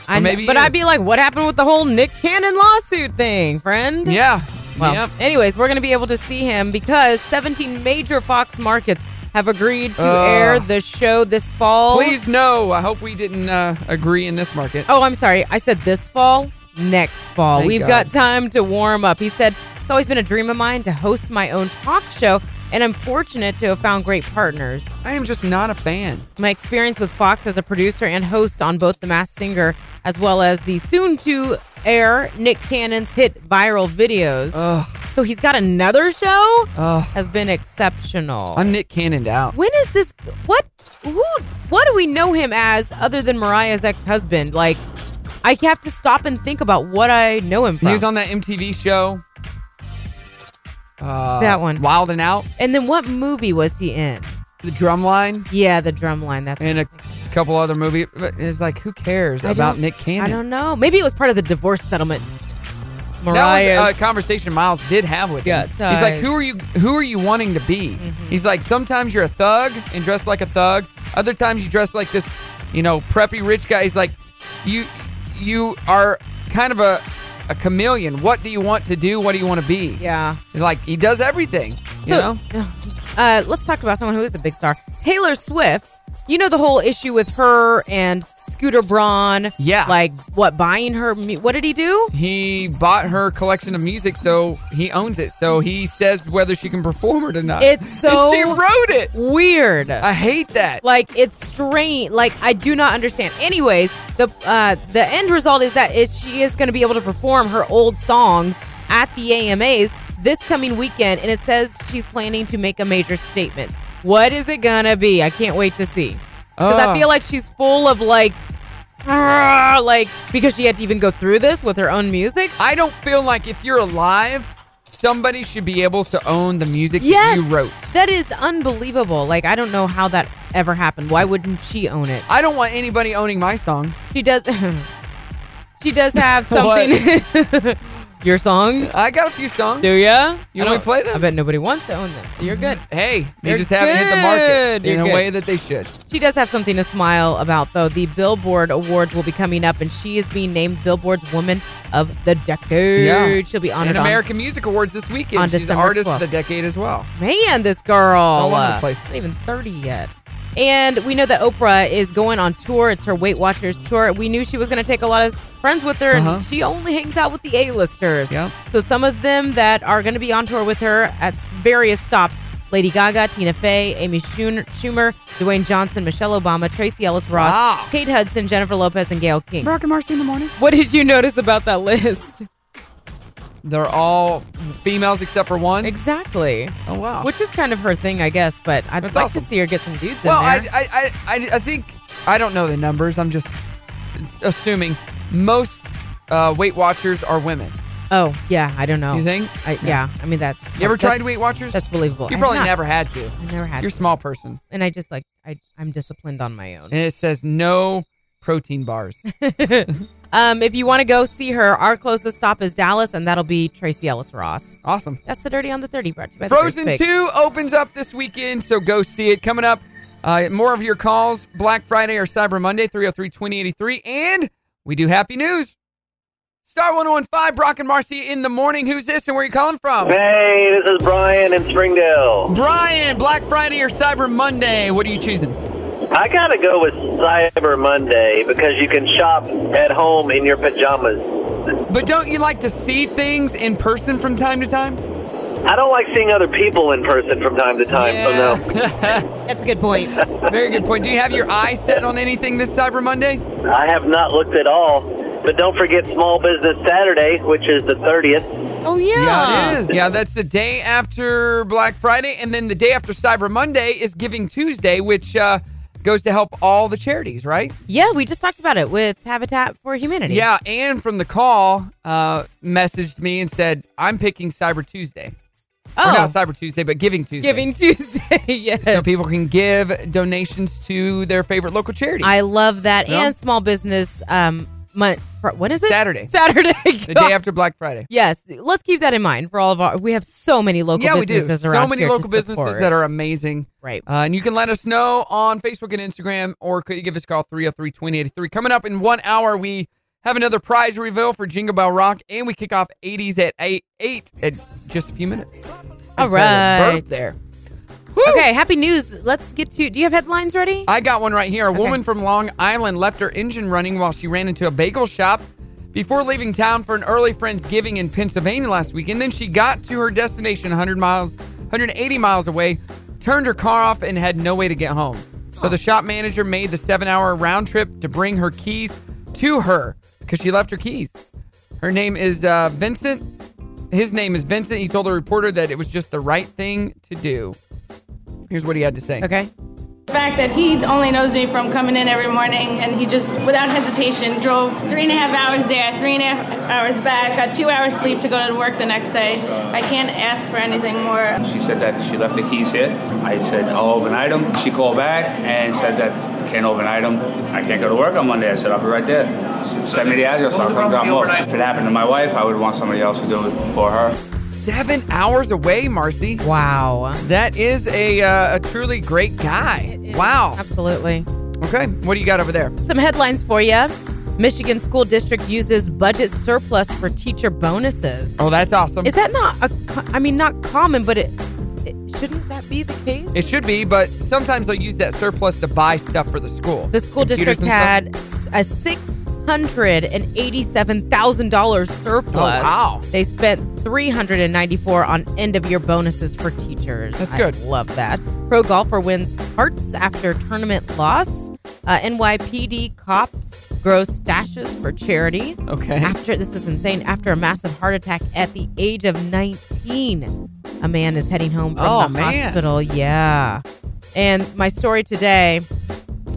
Speaker 8: I kn-
Speaker 7: maybe he
Speaker 8: but
Speaker 7: is.
Speaker 8: I'd be like, what happened with the whole Nick Cannon lawsuit thing, friend?
Speaker 7: yeah.
Speaker 8: Well,
Speaker 7: Yep.
Speaker 8: anyways, we're going to be able to see him because 17 major Fox markets have agreed to
Speaker 7: Ugh.
Speaker 8: air the show this fall.
Speaker 7: Please no. I hope we didn't uh, agree in this market.
Speaker 8: Oh, I'm sorry. I said this fall, next fall.
Speaker 7: Thank
Speaker 8: We've
Speaker 7: God.
Speaker 8: got time to warm up. He said, It's always been a dream of mine to host my own talk show, and I'm fortunate to have found great partners.
Speaker 7: I am just not a fan.
Speaker 8: My experience with Fox as a producer and host on both The Masked Singer as well as the soon to air Nick Cannon's hit viral videos.
Speaker 7: Ugh.
Speaker 8: So he's got another show?
Speaker 7: Ugh.
Speaker 8: Has been exceptional.
Speaker 7: I'm Nick Cannoned out.
Speaker 8: when is this? What? Who? What do we know him as other than Mariah's ex-husband? Like, I have to stop and think about what I know him
Speaker 7: He
Speaker 8: from.
Speaker 7: was on that MTV show. Uh,
Speaker 8: That one.
Speaker 7: Wild and Out.
Speaker 8: and then what movie was he in?
Speaker 7: The Drumline
Speaker 8: Yeah, the drum line. That's
Speaker 7: and a couple other movies. It's like, who cares
Speaker 8: I
Speaker 7: about
Speaker 8: don't-
Speaker 7: Nick Cannon?
Speaker 8: I don't know. Maybe it was part of the divorce settlement.
Speaker 7: That was uh,
Speaker 8: Mariah.
Speaker 7: a conversation Miles did have with him.
Speaker 8: Yeah, Mm-hmm.
Speaker 7: He's
Speaker 8: ties.
Speaker 7: like, "Who are you? Who are you wanting to be?" He's like, "Sometimes you're a thug and dress like a thug. Other times you dress like this, you know, preppy rich guy." He's like, "You, you are kind of a, a chameleon. What do you want to do? What do you want to be?"
Speaker 8: yeah.
Speaker 7: He's like he does everything. You know,
Speaker 8: uh, let's talk about someone who is a big star, Taylor Swift. You know the whole issue with her and Scooter Braun.
Speaker 7: Yeah.
Speaker 8: like what buying her? mu- What did he do?
Speaker 7: he bought her collection of music, so he owns it. So he says whether she can perform it or not.
Speaker 8: It's so
Speaker 7: And she wrote it.
Speaker 8: Weird.
Speaker 7: I hate that.
Speaker 8: Like it's strange. Like I do not understand. Anyways, the uh, the end result is that is she is going to be able to perform her old songs at the AMAs this coming weekend, and it says she's planning to make a major statement. What is it gonna be? I can't wait to see because
Speaker 7: Ah.
Speaker 8: I feel like she's full of like. "Ah," Like because she had to even go through this with her own music.
Speaker 7: I don't feel like if you're alive, somebody should be able to own the music
Speaker 8: Yes.
Speaker 7: that you wrote.
Speaker 8: That is unbelievable. Like I don't know how that ever happened. Why wouldn't she own it?
Speaker 7: I don't want anybody owning my song.
Speaker 8: She does. she does have something. Your songs,
Speaker 7: I got a few songs.
Speaker 8: do ya?
Speaker 7: Uh, You
Speaker 8: I
Speaker 7: only
Speaker 8: don't-
Speaker 7: play them?
Speaker 8: I bet nobody wants to own them. So you're good.
Speaker 7: Hey, they
Speaker 8: You're
Speaker 7: just haven't hit the
Speaker 8: good.
Speaker 7: market in
Speaker 8: You're
Speaker 7: a
Speaker 8: good.
Speaker 7: way that they should.
Speaker 8: She does have something to smile about, though. The Billboard Awards will be coming up, and she is being named Billboard's Woman of the Decade.
Speaker 7: Yeah.
Speaker 8: She'll be
Speaker 7: And
Speaker 8: honored on
Speaker 7: American Music Awards this weekend.
Speaker 8: On
Speaker 7: She's
Speaker 8: December
Speaker 7: artist
Speaker 8: 12th.
Speaker 7: of the decade as well.
Speaker 8: Man, this girl.
Speaker 7: All over the place.
Speaker 8: Not even 30 yet. And we know that Oprah is going on tour. It's her Weight Watchers tour. We knew she was going to take a lot of friends with her,
Speaker 7: Uh-huh.
Speaker 8: and she only hangs out with the A-listers.
Speaker 7: Yep.
Speaker 8: So some of them that are going to be on tour with her at various stops. Lady Gaga, Tina Fey, Amy Schun- Schumer, Dwayne Johnson, Michelle Obama, Tracy Ellis Ross,
Speaker 7: Wow.
Speaker 8: Kate Hudson, Jennifer Lopez, and Gail King.
Speaker 7: Rock and Marcy in the morning.
Speaker 8: What did you notice about that list?
Speaker 7: They're all females except for one.
Speaker 8: Exactly.
Speaker 7: oh wow.
Speaker 8: Which is kind of her thing, I guess, but I'd
Speaker 7: That's
Speaker 8: like
Speaker 7: awesome.
Speaker 8: to see her get some dudes
Speaker 7: well,
Speaker 8: in there.
Speaker 7: I, I, I, I, I think I don't know the numbers. I'm just assuming most uh, Weight Watchers are women.
Speaker 8: Oh yeah, I don't know.
Speaker 7: You think?
Speaker 8: I, yeah. I mean that's.
Speaker 7: You ever
Speaker 8: that's-
Speaker 7: tried Weight Watchers?
Speaker 8: That's believable.
Speaker 7: You
Speaker 8: I've
Speaker 7: probably
Speaker 8: not.
Speaker 7: never had to.
Speaker 8: I never had.
Speaker 7: You're a
Speaker 8: to.
Speaker 7: small person.
Speaker 8: and I just like I I'm disciplined on my own.
Speaker 7: And it says no protein bars.
Speaker 8: um, if you want to go see her, our closest stop is Dallas, and that'll be Tracy Ellis Ross.
Speaker 7: Awesome.
Speaker 8: That's the dirty on the thirty. Brought to you by the
Speaker 7: Frozen
Speaker 8: Great Bake.
Speaker 7: 2 opens up this weekend, so go see it. Coming up, uh, more of your calls Black Friday or Cyber Monday, 303 2083. And we do happy news. Star 1015, Brock and Marcy in the morning. Who's this and where you calling from?
Speaker 10: Hey, this is Brian in Springdale.
Speaker 7: Brian, Black Friday or Cyber Monday? What are you choosing?
Speaker 10: I gotta go with Cyber Monday because you can shop at home in your pajamas.
Speaker 7: But don't you like to see things in person from time to time?
Speaker 10: I don't like seeing other people in person from time to time, so no.
Speaker 8: That's a good point.
Speaker 7: Very good point. Do you have your eye set on anything this Cyber Monday?
Speaker 10: I have not looked at all. But don't forget Small Business Saturday, which is the 30th.
Speaker 8: oh yeah.
Speaker 7: Yeah, it is. Yeah, that's the day after Black Friday, and then the day after Cyber Monday is Giving Tuesday, which uh, goes to help all the charities, right?
Speaker 8: Yeah, we just talked about it with Habitat for Humanity.
Speaker 7: Yeah, and from the call, uh, messaged me and said, "I'm picking Cyber Tuesday, or
Speaker 8: Oh,
Speaker 7: not Cyber Tuesday, but Giving Tuesday."
Speaker 8: Giving Tuesday. yes.
Speaker 7: so people can give donations to their favorite local charity.
Speaker 8: I love that.
Speaker 7: Yeah.
Speaker 8: And small business. Um, month. What is it?
Speaker 7: Saturday.
Speaker 8: Saturday.
Speaker 7: the day after Black Friday.
Speaker 8: Yes, let's keep that in mind for all of our. We have so many local
Speaker 7: yeah, we do.
Speaker 8: businesses around
Speaker 7: So many
Speaker 8: here to
Speaker 7: local businesses
Speaker 8: support.
Speaker 7: that are amazing.
Speaker 8: Right.
Speaker 7: Uh, and you can let us know on Facebook and Instagram, or could you give us a call 303 2083. Coming up in one hour, we have another prize reveal for Jingle Bell Rock, and we kick off 80s at 8, 8 at just a few minutes. I
Speaker 8: All
Speaker 7: said a burp
Speaker 8: right.
Speaker 7: there.
Speaker 8: Okay, happy news. Let's get to. Do you have headlines ready?
Speaker 7: I got one right here. A
Speaker 8: Okay.
Speaker 7: woman from Long Island left her engine running while she ran into a bagel shop before leaving town for an early Friendsgiving in Pennsylvania last week. And then she got to her destination 100 miles, 180 miles away, turned her car off, and had no way to get home. So the shop manager made the seven hour round trip to bring her keys to her because she left her keys. Her name is uh, Vincent. His name is Vincent. He told the reporter that it was just the right thing to do. Here's what he had to say.
Speaker 8: okay.
Speaker 11: The fact that he only knows me from coming in every morning, and he just, without hesitation, drove three and a half hours there, three and a half hours back, got two hours sleep to go to work the next day. I can't ask for anything more.
Speaker 12: She said that she left the keys here. I said, I'll overnight them. She called back and said that can't overnight them. I can't go to work on Monday. I said, I'll be right there. S- Send me the address. I'll come drop them off. If it happened to my wife, I would want somebody else to do it for her.
Speaker 7: Seven hours away, Marcy.
Speaker 8: Wow.
Speaker 7: That is a, uh, a truly great guy. Wow.
Speaker 8: Absolutely.
Speaker 7: Okay, what do you got over there?
Speaker 8: Some headlines for you. Michigan school district uses budget surplus for teacher bonuses.
Speaker 7: Oh, that's awesome.
Speaker 8: Is that not a co- I mean not common, but it, it shouldn't that be the case?
Speaker 7: It should be, but sometimes they'll use that surplus to buy stuff for the school.
Speaker 8: The school
Speaker 7: Computers
Speaker 8: district
Speaker 7: and stuff.
Speaker 8: had s- a six hundred and eighty-seven thousand dollars surplus.
Speaker 7: Oh, wow.
Speaker 8: They spent three hundred and ninety-four on end-of-year bonuses for teachers.
Speaker 7: That's
Speaker 8: I
Speaker 7: good.
Speaker 8: love that. Pro golfer wins hearts after tournament loss. Uh, NYPD cops grow stashes for charity.
Speaker 7: Okay.
Speaker 8: After this is insane. After a massive heart attack at the age of nineteen, a man is heading home from
Speaker 7: Oh,
Speaker 8: the
Speaker 7: man.
Speaker 8: hospital. Yeah. And my story today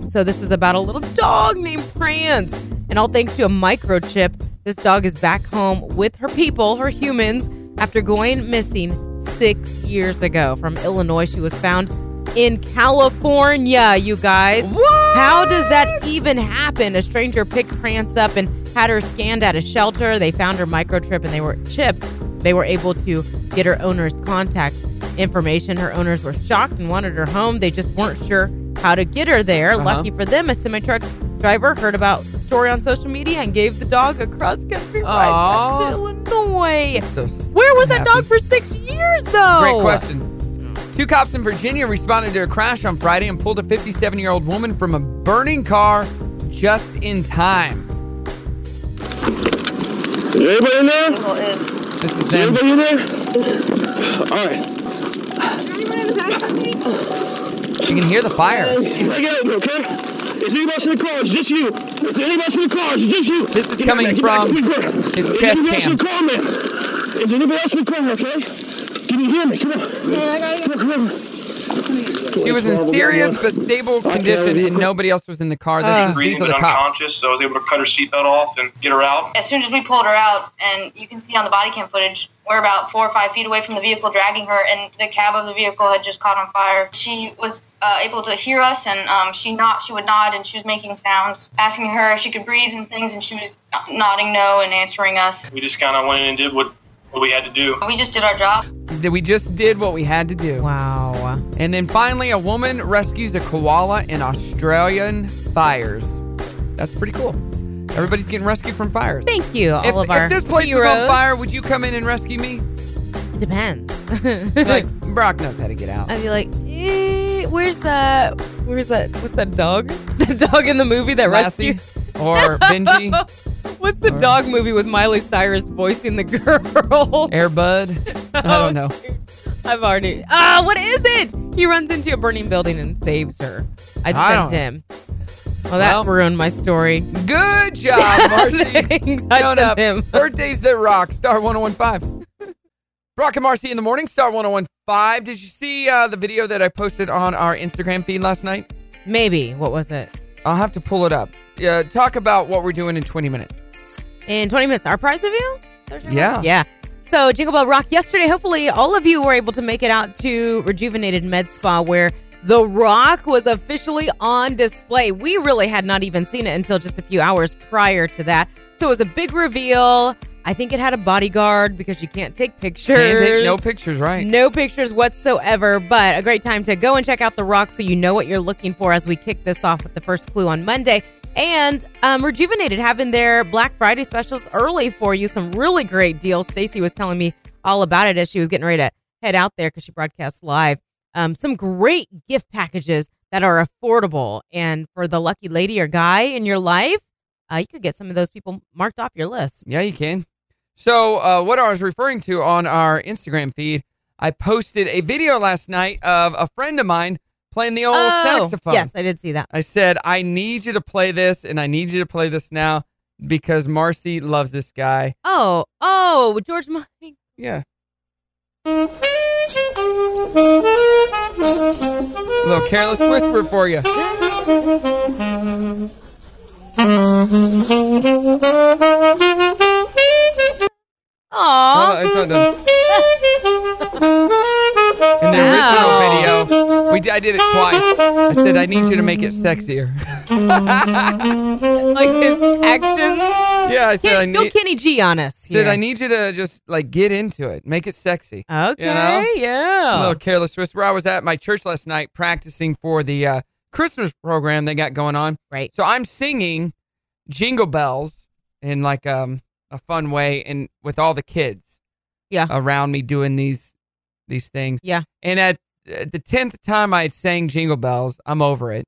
Speaker 8: so this is about a little dog named Prance. And all thanks to a microchip, this dog is back home with her people, her humans, after going missing six years ago from Illinois. She was found in California, you guys.
Speaker 7: What?
Speaker 8: How does that even happen? A stranger picked Prance up and had her scanned at a shelter. They found her microchip and they were chipped. They were able to get her owner's contact information. Her owners were shocked and wanted her home. They just weren't sure how to get her there.
Speaker 7: Uh-huh.
Speaker 8: Lucky for them, a semi truck driver heard about the story on social media and gave the dog a cross country ride
Speaker 7: Aw.
Speaker 8: back to Illinois.
Speaker 7: So s-
Speaker 8: Where was that
Speaker 7: happy.
Speaker 8: dog for Oh. six years, though?
Speaker 7: Great question. Two cops in Virginia responded to a crash on Friday and pulled a 57 year old woman from a burning car just in time.
Speaker 13: Is anybody in there?
Speaker 7: This
Speaker 13: Is
Speaker 7: is them.
Speaker 13: anybody in there? All right.
Speaker 7: You can hear the fire.
Speaker 13: I got it, okay? It's anybody else in the car? It's just you. It's anybody else in the car? It's just you. This
Speaker 7: is coming from his
Speaker 13: Is
Speaker 7: chest
Speaker 13: anybody else in the car,
Speaker 7: cam.
Speaker 13: man? Is anybody else in the car, okay? Can you hear me? Come on. Yeah, I got Come on, come on.
Speaker 7: She was in serious but stable condition, and nobody else was in the car. This is, these are the cops.
Speaker 14: so I was able to cut her seatbelt off and get her out.
Speaker 15: As soon as we pulled her out, and you can see on the body cam footage, we're about four or five feet away from the vehicle dragging her, and the cab of the vehicle had just caught on fire. She was uh, able to hear us, and um, she not she would nod, and she was making sounds, asking her if she could breathe and things, and she was nodding no and answering us.
Speaker 14: We just kind of went in and did what, what we had to do.
Speaker 15: We just did our job.
Speaker 7: That we just did what we had to do.
Speaker 8: Wow.
Speaker 7: And then finally, a woman rescues a koala in Australian fires. That's pretty cool. Everybody's getting rescued from fires.
Speaker 8: Thank you, all
Speaker 7: if,
Speaker 8: of our
Speaker 7: if this place
Speaker 8: heroes.
Speaker 7: was on fire, would you come in and rescue me?
Speaker 8: Depends.
Speaker 7: Like Brock knows how to get out.
Speaker 8: I'd be like, eh, where's that? Where's that? What's that dog? The dog in the movie that
Speaker 7: Lassie
Speaker 8: rescues.
Speaker 7: or Benji,
Speaker 8: What's the dog movie with Miley Cyrus voicing the girl?
Speaker 7: Airbud. I don't know.
Speaker 8: Oh, I've already. Ah, what is it? He runs into a burning building and saves her. I
Speaker 7: I
Speaker 8: sent
Speaker 7: don't-
Speaker 8: him. Well, that
Speaker 7: Well-
Speaker 8: ruined my story.
Speaker 7: Good job, Marcy.
Speaker 8: Thanks. I
Speaker 7: Showing
Speaker 8: sent
Speaker 7: up.
Speaker 8: him.
Speaker 7: Birthdays that rock. Star 1015. Brock and Marcy in the morning. Star 1015. Did you see uh, the video that I posted on our Instagram feed last night?
Speaker 8: Maybe. What was it?
Speaker 7: I'll have to pull it up. Uh, talk about what we're doing in 20 minutes.
Speaker 8: In 20 minutes, our prize review?
Speaker 7: Yeah.
Speaker 8: Yeah. So Jingle Bell Rock yesterday. Hopefully, all of you were able to make it out to Rejuvenated Med Spa where The Rock was officially on display. We really had not even seen it until just a few hours prior to that. So it was a big reveal. I think it had a bodyguard because you can't take pictures.
Speaker 7: Can't take no pictures, right?
Speaker 8: No pictures whatsoever, but a great time to go and check out The Rock so you know what you're looking for as we kick this off with the first clue on Monday. And um, Rejuvenated having their Black Friday specials early for you. Some really great deals. Stacy was telling me all about it as she was getting ready to head out there because she broadcasts live. Um, some great gift packages that are affordable. And for the lucky lady or guy in your life, uh, you could get some of those people marked off your list.
Speaker 7: Yeah, you can. So, uh, what I was referring to on our Instagram feed, I posted a video last night of a friend of mine playing the old Oh, saxophone.
Speaker 8: Oh, Yes, I did see that.
Speaker 7: I said, I need you to play this and I need you to play this now because Marcy loves this guy.
Speaker 8: Oh, oh, George Michael.
Speaker 7: Yeah. A little careless whisper for you.
Speaker 8: Aww.
Speaker 7: No, it's not done. In the original video, we, d- I did it twice. I said, I need you to make it sexier.
Speaker 8: like his actions.
Speaker 7: Yeah, I said, I
Speaker 8: Go
Speaker 7: need,
Speaker 8: Kenny G on us.
Speaker 7: said
Speaker 8: here.
Speaker 7: I need you to just like get into it, make it sexy.
Speaker 8: Oh,
Speaker 7: Okay,
Speaker 8: yeah.
Speaker 7: A little careless whisper. I was at my church last night practicing for the uh, Christmas program they got going on.
Speaker 8: Right.
Speaker 7: So I'm singing Jingle Bells in like um, a fun way, and with all the kids.
Speaker 8: Yeah.
Speaker 7: Around me doing these these things.
Speaker 8: Yeah.
Speaker 7: And at, at the tenth time I had sang Jingle Bells, I'm over it.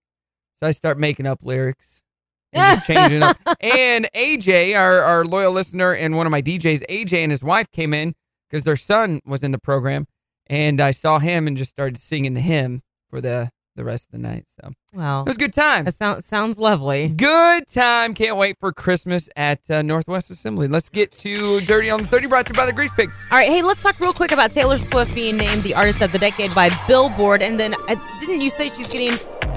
Speaker 7: So I start making up lyrics. and just Changing it up. And AJ, our, our loyal listener and one of my DJs, AJ and his wife came in because their son was in the program. And I saw him and just started singing to him for the, the rest of the night. So
Speaker 8: Wow.
Speaker 7: it was a good time.
Speaker 8: That sounds sounds lovely.
Speaker 7: Good time. Can't wait for Christmas at uh, Northwest Assembly. Let's get to Dirty on the 30, brought to you by the Grease Pig.
Speaker 8: All right, hey, let's talk real quick about Taylor Swift being named the Artist of the Decade by Billboard, and then uh, didn't you say she's getting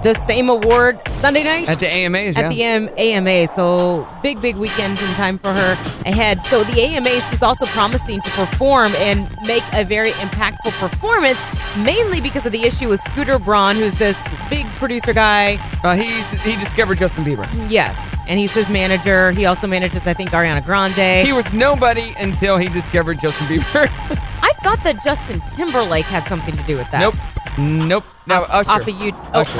Speaker 8: the same award Sunday night
Speaker 7: At the AMAs, yeah.
Speaker 8: at the M- AMA? So big, big weekend in time for her ahead. So the AMA, she's also promising to perform and make a very impactful performance, mainly because of the issue with Scooter Braun, who's this big producer guy.
Speaker 7: Uh, he's he discovered Justin Bieber.
Speaker 8: Yes, and he's his manager. He also manages, I think, Ariana Grande.
Speaker 7: He was nobody until he discovered Justin Bieber.
Speaker 8: I thought that Justin Timberlake had something to do with that.
Speaker 7: nope. Nope. Now, Usher.
Speaker 8: off of you. Oh, Usher.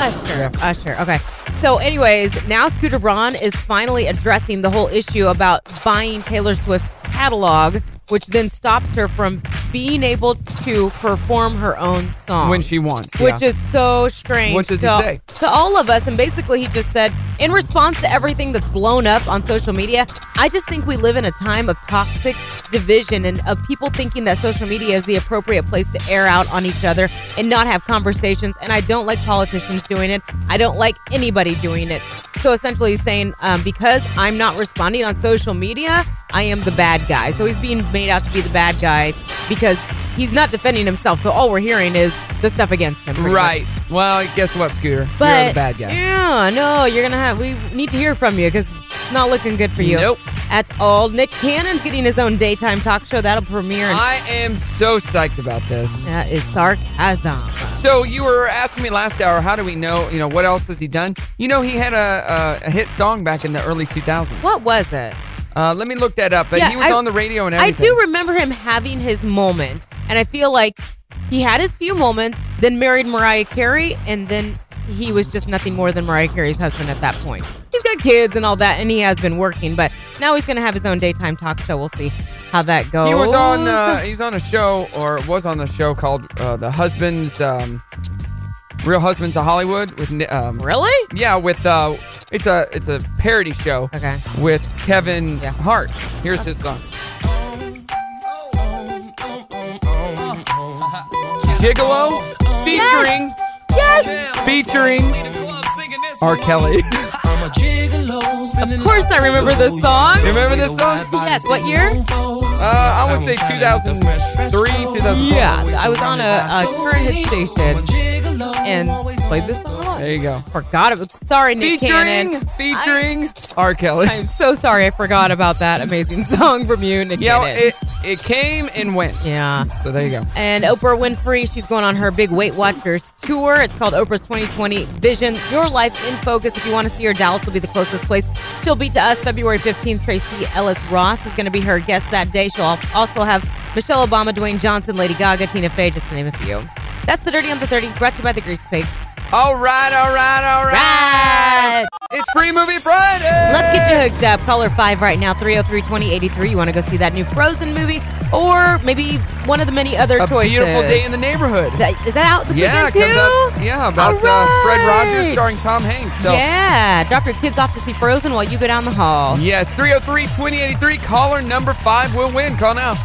Speaker 8: Usher.
Speaker 7: Yeah.
Speaker 8: Okay. So, anyways, now Scooter Braun is finally addressing the whole issue about buying Taylor Swift's catalog, which then stops her from being able to perform her own song.
Speaker 7: When she wants.
Speaker 8: Which
Speaker 7: yeah.
Speaker 8: is so strange.
Speaker 7: What does he
Speaker 8: to,
Speaker 7: say?
Speaker 8: To all of us. And basically, he just said, in response to everything that's blown up on social media, I just think we live in a time of toxic division and of people thinking that social media is the appropriate place to air out on each other and not have conversations. And I don't like politicians doing it. I don't like anybody doing it. So essentially, he's saying, um, because I'm not responding on social media, I am the bad guy. So he's being made out to be the bad guy because he's not defending himself. So all we're hearing is the stuff against him. pretty much.
Speaker 7: Right. Well, guess what, Scooter? You're
Speaker 8: But
Speaker 7: the bad guy.
Speaker 8: Yeah, no, you're gonna have. We need to hear from you because it's not looking good for you.
Speaker 7: Nope.
Speaker 8: At all. Nick Cannon's getting his own daytime talk show that'll premiere. In,
Speaker 7: I am so psyched about this.
Speaker 8: that is sarcasm.
Speaker 7: So you were asking me last hour, how do we know? You know, what else has he done? You know, he had a a, a hit song back in the early 2000s.
Speaker 8: What was it?
Speaker 7: Uh, let me look that up. But
Speaker 8: Yeah,
Speaker 7: he was
Speaker 8: I-
Speaker 7: on the radio and
Speaker 8: I
Speaker 7: everything.
Speaker 8: do remember him having his moment, and I feel like he had his few moments, then married Mariah Carey, and then he was just nothing more than Mariah Carey's husband at that point. He's got kids and all that, and he has been working, but now he's gonna have his own daytime talk show. We'll see how that goes.
Speaker 7: He was on. Uh, he's on a show, or was on the show called uh, "The Husbands," um, "Real Husbands of Hollywood." With Ni- um,
Speaker 8: really?
Speaker 7: yeah, with uh, it's a it's a parody show.
Speaker 8: Okay.
Speaker 7: With Kevin Hart. Here's his song. Gigolo featuring
Speaker 8: Yes.
Speaker 7: featuring R. Kelly.
Speaker 8: Of course, I remember this song.
Speaker 7: You remember this song?
Speaker 8: Yes. What year?
Speaker 7: Uh, I would say 2003, 2004.
Speaker 8: Yeah, I was on a, a current hit station and played this song. a lot.
Speaker 7: There you go.
Speaker 8: Forgot it. Sorry, Nick
Speaker 7: Featuring
Speaker 8: Cannon.
Speaker 7: featuring R. Kelly.
Speaker 8: I'm so sorry. I forgot about that amazing song from you, Nick
Speaker 7: Yeah,
Speaker 8: Cannon.
Speaker 7: it, it came and went.
Speaker 8: yeah.
Speaker 7: So there you go.
Speaker 8: And Oprah Winfrey, she's going on her big Weight Watchers tour. It's called Oprah's 2020 Vision, Your Life in Focus. If you want to see her, Dallas will be the closest place. She'll be to us February 15th. Tracy Ellis Ross is going to be her guest that day. She'll al- also have Michelle Obama, Dwayne Johnson, Lady Gaga, Tina Fey, just to name a few. That's the Dirty on the 30, brought to you by the Grease Pig.
Speaker 7: All right, all right, all right.
Speaker 8: Right.
Speaker 7: It's Free Movie Friday.
Speaker 8: Let's get you hooked up. Caller 5 right now, 303-2083. You want to go see that new Frozen movie or maybe one of the many other
Speaker 7: a
Speaker 8: choices.
Speaker 7: beautiful day in the neighborhood.
Speaker 8: That- Is that out this
Speaker 7: yeah,
Speaker 8: weekend
Speaker 7: it
Speaker 8: too?
Speaker 7: comes out. Yeah, about uh,
Speaker 8: All
Speaker 7: Fred Rogers
Speaker 8: right.
Speaker 7: starring Tom Hanks. So.
Speaker 8: Yeah, drop your kids off to see Frozen while you go down the hall.
Speaker 7: Yes, 303-2083. Caller number five will win. Call now.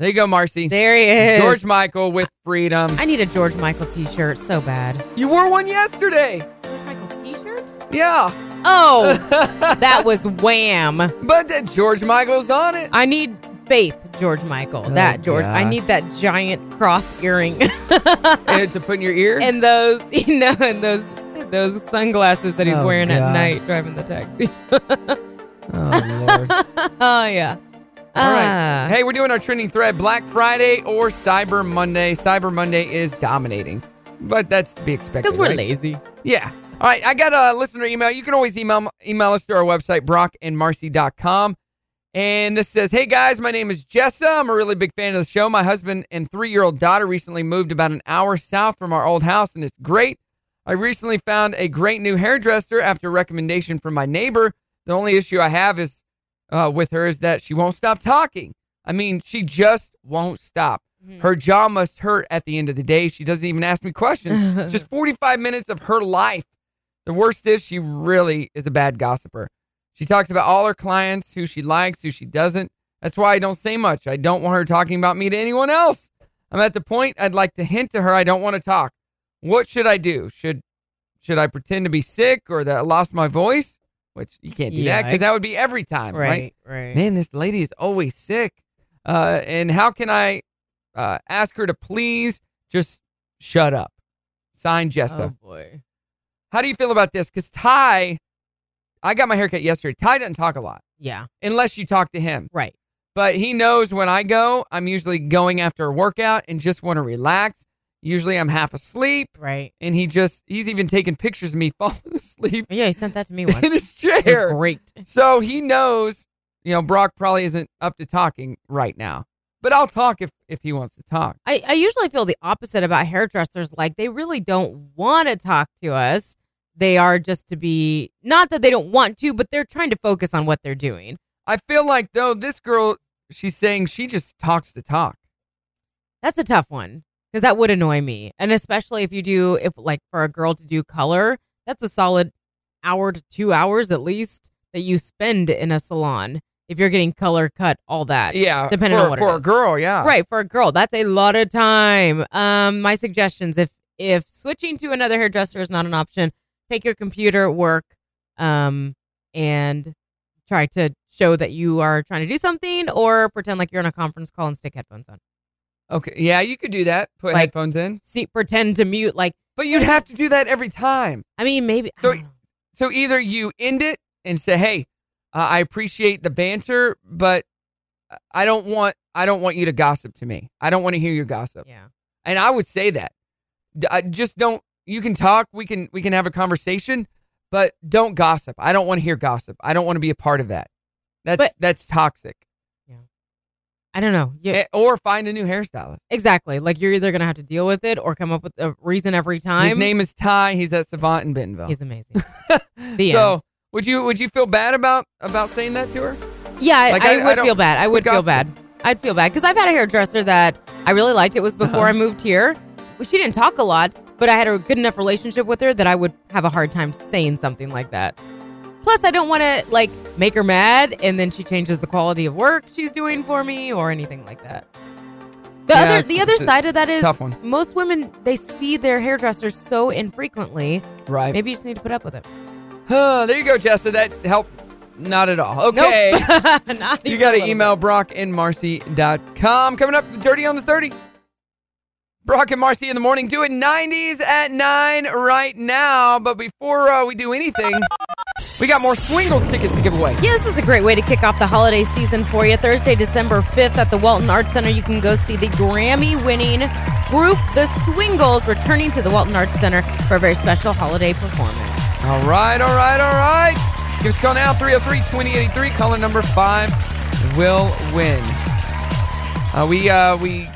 Speaker 7: There you go, Marcy.
Speaker 8: There he is.
Speaker 7: George Michael with freedom.
Speaker 8: I need a George Michael t-shirt so bad.
Speaker 7: You wore one yesterday.
Speaker 8: George Michael t-shirt?
Speaker 7: Yeah,
Speaker 8: Oh, that was wham.
Speaker 7: but uh, George Michael's on it.
Speaker 8: I need faith, George Michael.
Speaker 7: Oh,
Speaker 8: that George, I
Speaker 7: God.
Speaker 8: need that giant cross earring
Speaker 7: and to put in your ear,
Speaker 8: and those, you know, and those those sunglasses that he's
Speaker 7: Oh,
Speaker 8: wearing
Speaker 7: God.
Speaker 8: at night driving the taxi.
Speaker 7: oh, Lord.
Speaker 8: oh yeah. Ah,
Speaker 7: All right. Hey, we're doing our trending thread Black Friday or Cyber Monday. Cyber Monday is dominating, but that's to be expected.
Speaker 8: Because we're
Speaker 7: right?
Speaker 8: lazy.
Speaker 7: Yeah. All right. I got a listener email. You can always email email us to our website, brockandmarcy.com. And this says, Hey guys, my name is Jessa. I'm a really big fan of the show. My husband and three year old daughter recently moved about an hour south from our old house, and it's great. I recently found a great new hairdresser after a recommendation from my neighbor. The only issue I have is uh, with her is that she won't stop talking. I mean, she just won't stop. Her jaw must hurt at the end of the day. She doesn't even ask me questions. just 45 minutes of her life. The worst is she really is a bad gossiper. She talks about all her clients, who she likes, who she doesn't. That's why I don't say much. I don't want her talking about me to anyone else. I'm at the point I'd like to hint to her I don't want to talk. What should I do? Should should I pretend to be sick or that I lost my voice? Which you can't do that because that would be every time, right?
Speaker 8: Right.
Speaker 7: Man, this lady is always sick. Uh, and how can I uh, ask her to please just shut up? Sign Jessa.
Speaker 8: Oh boy.
Speaker 7: How do you feel about this? Because Ty, I got my haircut yesterday. Ty doesn't talk a lot
Speaker 8: Yeah.
Speaker 7: unless you talk to him.
Speaker 8: Right.
Speaker 7: But he knows when I go, I'm usually going after a workout and just want to relax. Usually I'm half asleep.
Speaker 8: Right.
Speaker 7: And he just, he's even taking pictures of me falling asleep
Speaker 8: Yeah, he sent that to me once.
Speaker 7: in his chair.
Speaker 8: It was great.
Speaker 7: So he knows, you know, Brock probably isn't up to talking right now. But I'll talk if, if he wants to talk.
Speaker 8: I, I usually feel the opposite about hairdressers. Like they really don't want to talk to us. They are just to be not that they don't want to, but they're trying to focus on what they're doing.
Speaker 7: I feel like though this girl, she's saying she just talks to talk.
Speaker 8: That's a tough one because that would annoy me, and especially if you do if like for a girl to do color, that's a solid hour to two hours at least that you spend in a salon if you're getting color cut, all that.
Speaker 7: Uh, Yeah,
Speaker 8: depending
Speaker 7: for-
Speaker 8: on what it
Speaker 7: for a
Speaker 8: is.
Speaker 7: girl, yeah.
Speaker 8: right for a girl. That's a lot of time. Um, my suggestions if if switching to another hairdresser is not an option, take your computer work, um, and try to show that you are trying to do something, or pretend like you're on a conference call and stick headphones on.
Speaker 7: Okay. Yeah, you could do that. Put
Speaker 8: Like-
Speaker 7: headphones in.
Speaker 8: See, pretend to mute like.
Speaker 7: But you'd have to do that every time.
Speaker 8: I mean, maybe.
Speaker 7: So, so either you end it and say, "Hey, uh, I appreciate the banter, but uh, I don't want I don't want you to gossip to me. I don't want to hear your gossip."
Speaker 8: Yeah.
Speaker 7: And I would say that. D- I just don't. You can talk. We can we can have a conversation, but don't gossip. I don't want to hear gossip. I don't want to be a part of that. That's that's toxic.
Speaker 8: I don't know. Yeah.
Speaker 7: Eh, Or find a new hairstylist.
Speaker 8: Exactly. Like you're either gonna have to deal with it or come up with a reason every time.
Speaker 7: His name is Ty. He's at Savant in Bentonville.
Speaker 8: He's amazing. the
Speaker 7: so,
Speaker 8: end.
Speaker 7: would you would you feel bad about about saying that to her?
Speaker 8: Yeah, I-
Speaker 7: Like,
Speaker 8: I,
Speaker 7: I- I
Speaker 8: would
Speaker 7: don't-
Speaker 8: feel bad. I
Speaker 7: we
Speaker 8: would feel
Speaker 7: gossip.
Speaker 8: bad. I'd feel bad because I've had a hairdresser that I really liked. It was
Speaker 7: Uh-huh.
Speaker 8: before I moved here. Well, she didn't talk a lot, but I had a good enough relationship with her that I would have a hard time saying something like that. Plus, I don't want to like make her mad, and then she changes the quality of work she's doing for me or anything like that. The
Speaker 7: Yeah,
Speaker 8: other
Speaker 7: it's-
Speaker 8: the other
Speaker 7: it's a
Speaker 8: side of that is
Speaker 7: tough one.
Speaker 8: most women they see their hairdressers so infrequently.
Speaker 7: Right.
Speaker 8: Maybe you just need to put up with it.
Speaker 7: Huh, there you go, Jessa. That helped not at all. Okay. you got to email Brock and Marcy.com. Coming up, the Dirty on the 30. Brock and Marcy in the morning doing 90s at 9 right now. But before uh, we do anything, we got more Swingles tickets to give away.
Speaker 8: Yeah, this is a great way to kick off the holiday season for you. Thursday, December 5th at the Walton Arts Center, you can go see the Grammy winning group, The Swingles, returning to the Walton Arts Center for a very special holiday performance.
Speaker 7: All right, all right, all right. Give us a call now 303 2083. Caller number five will win. Uh, we uh, we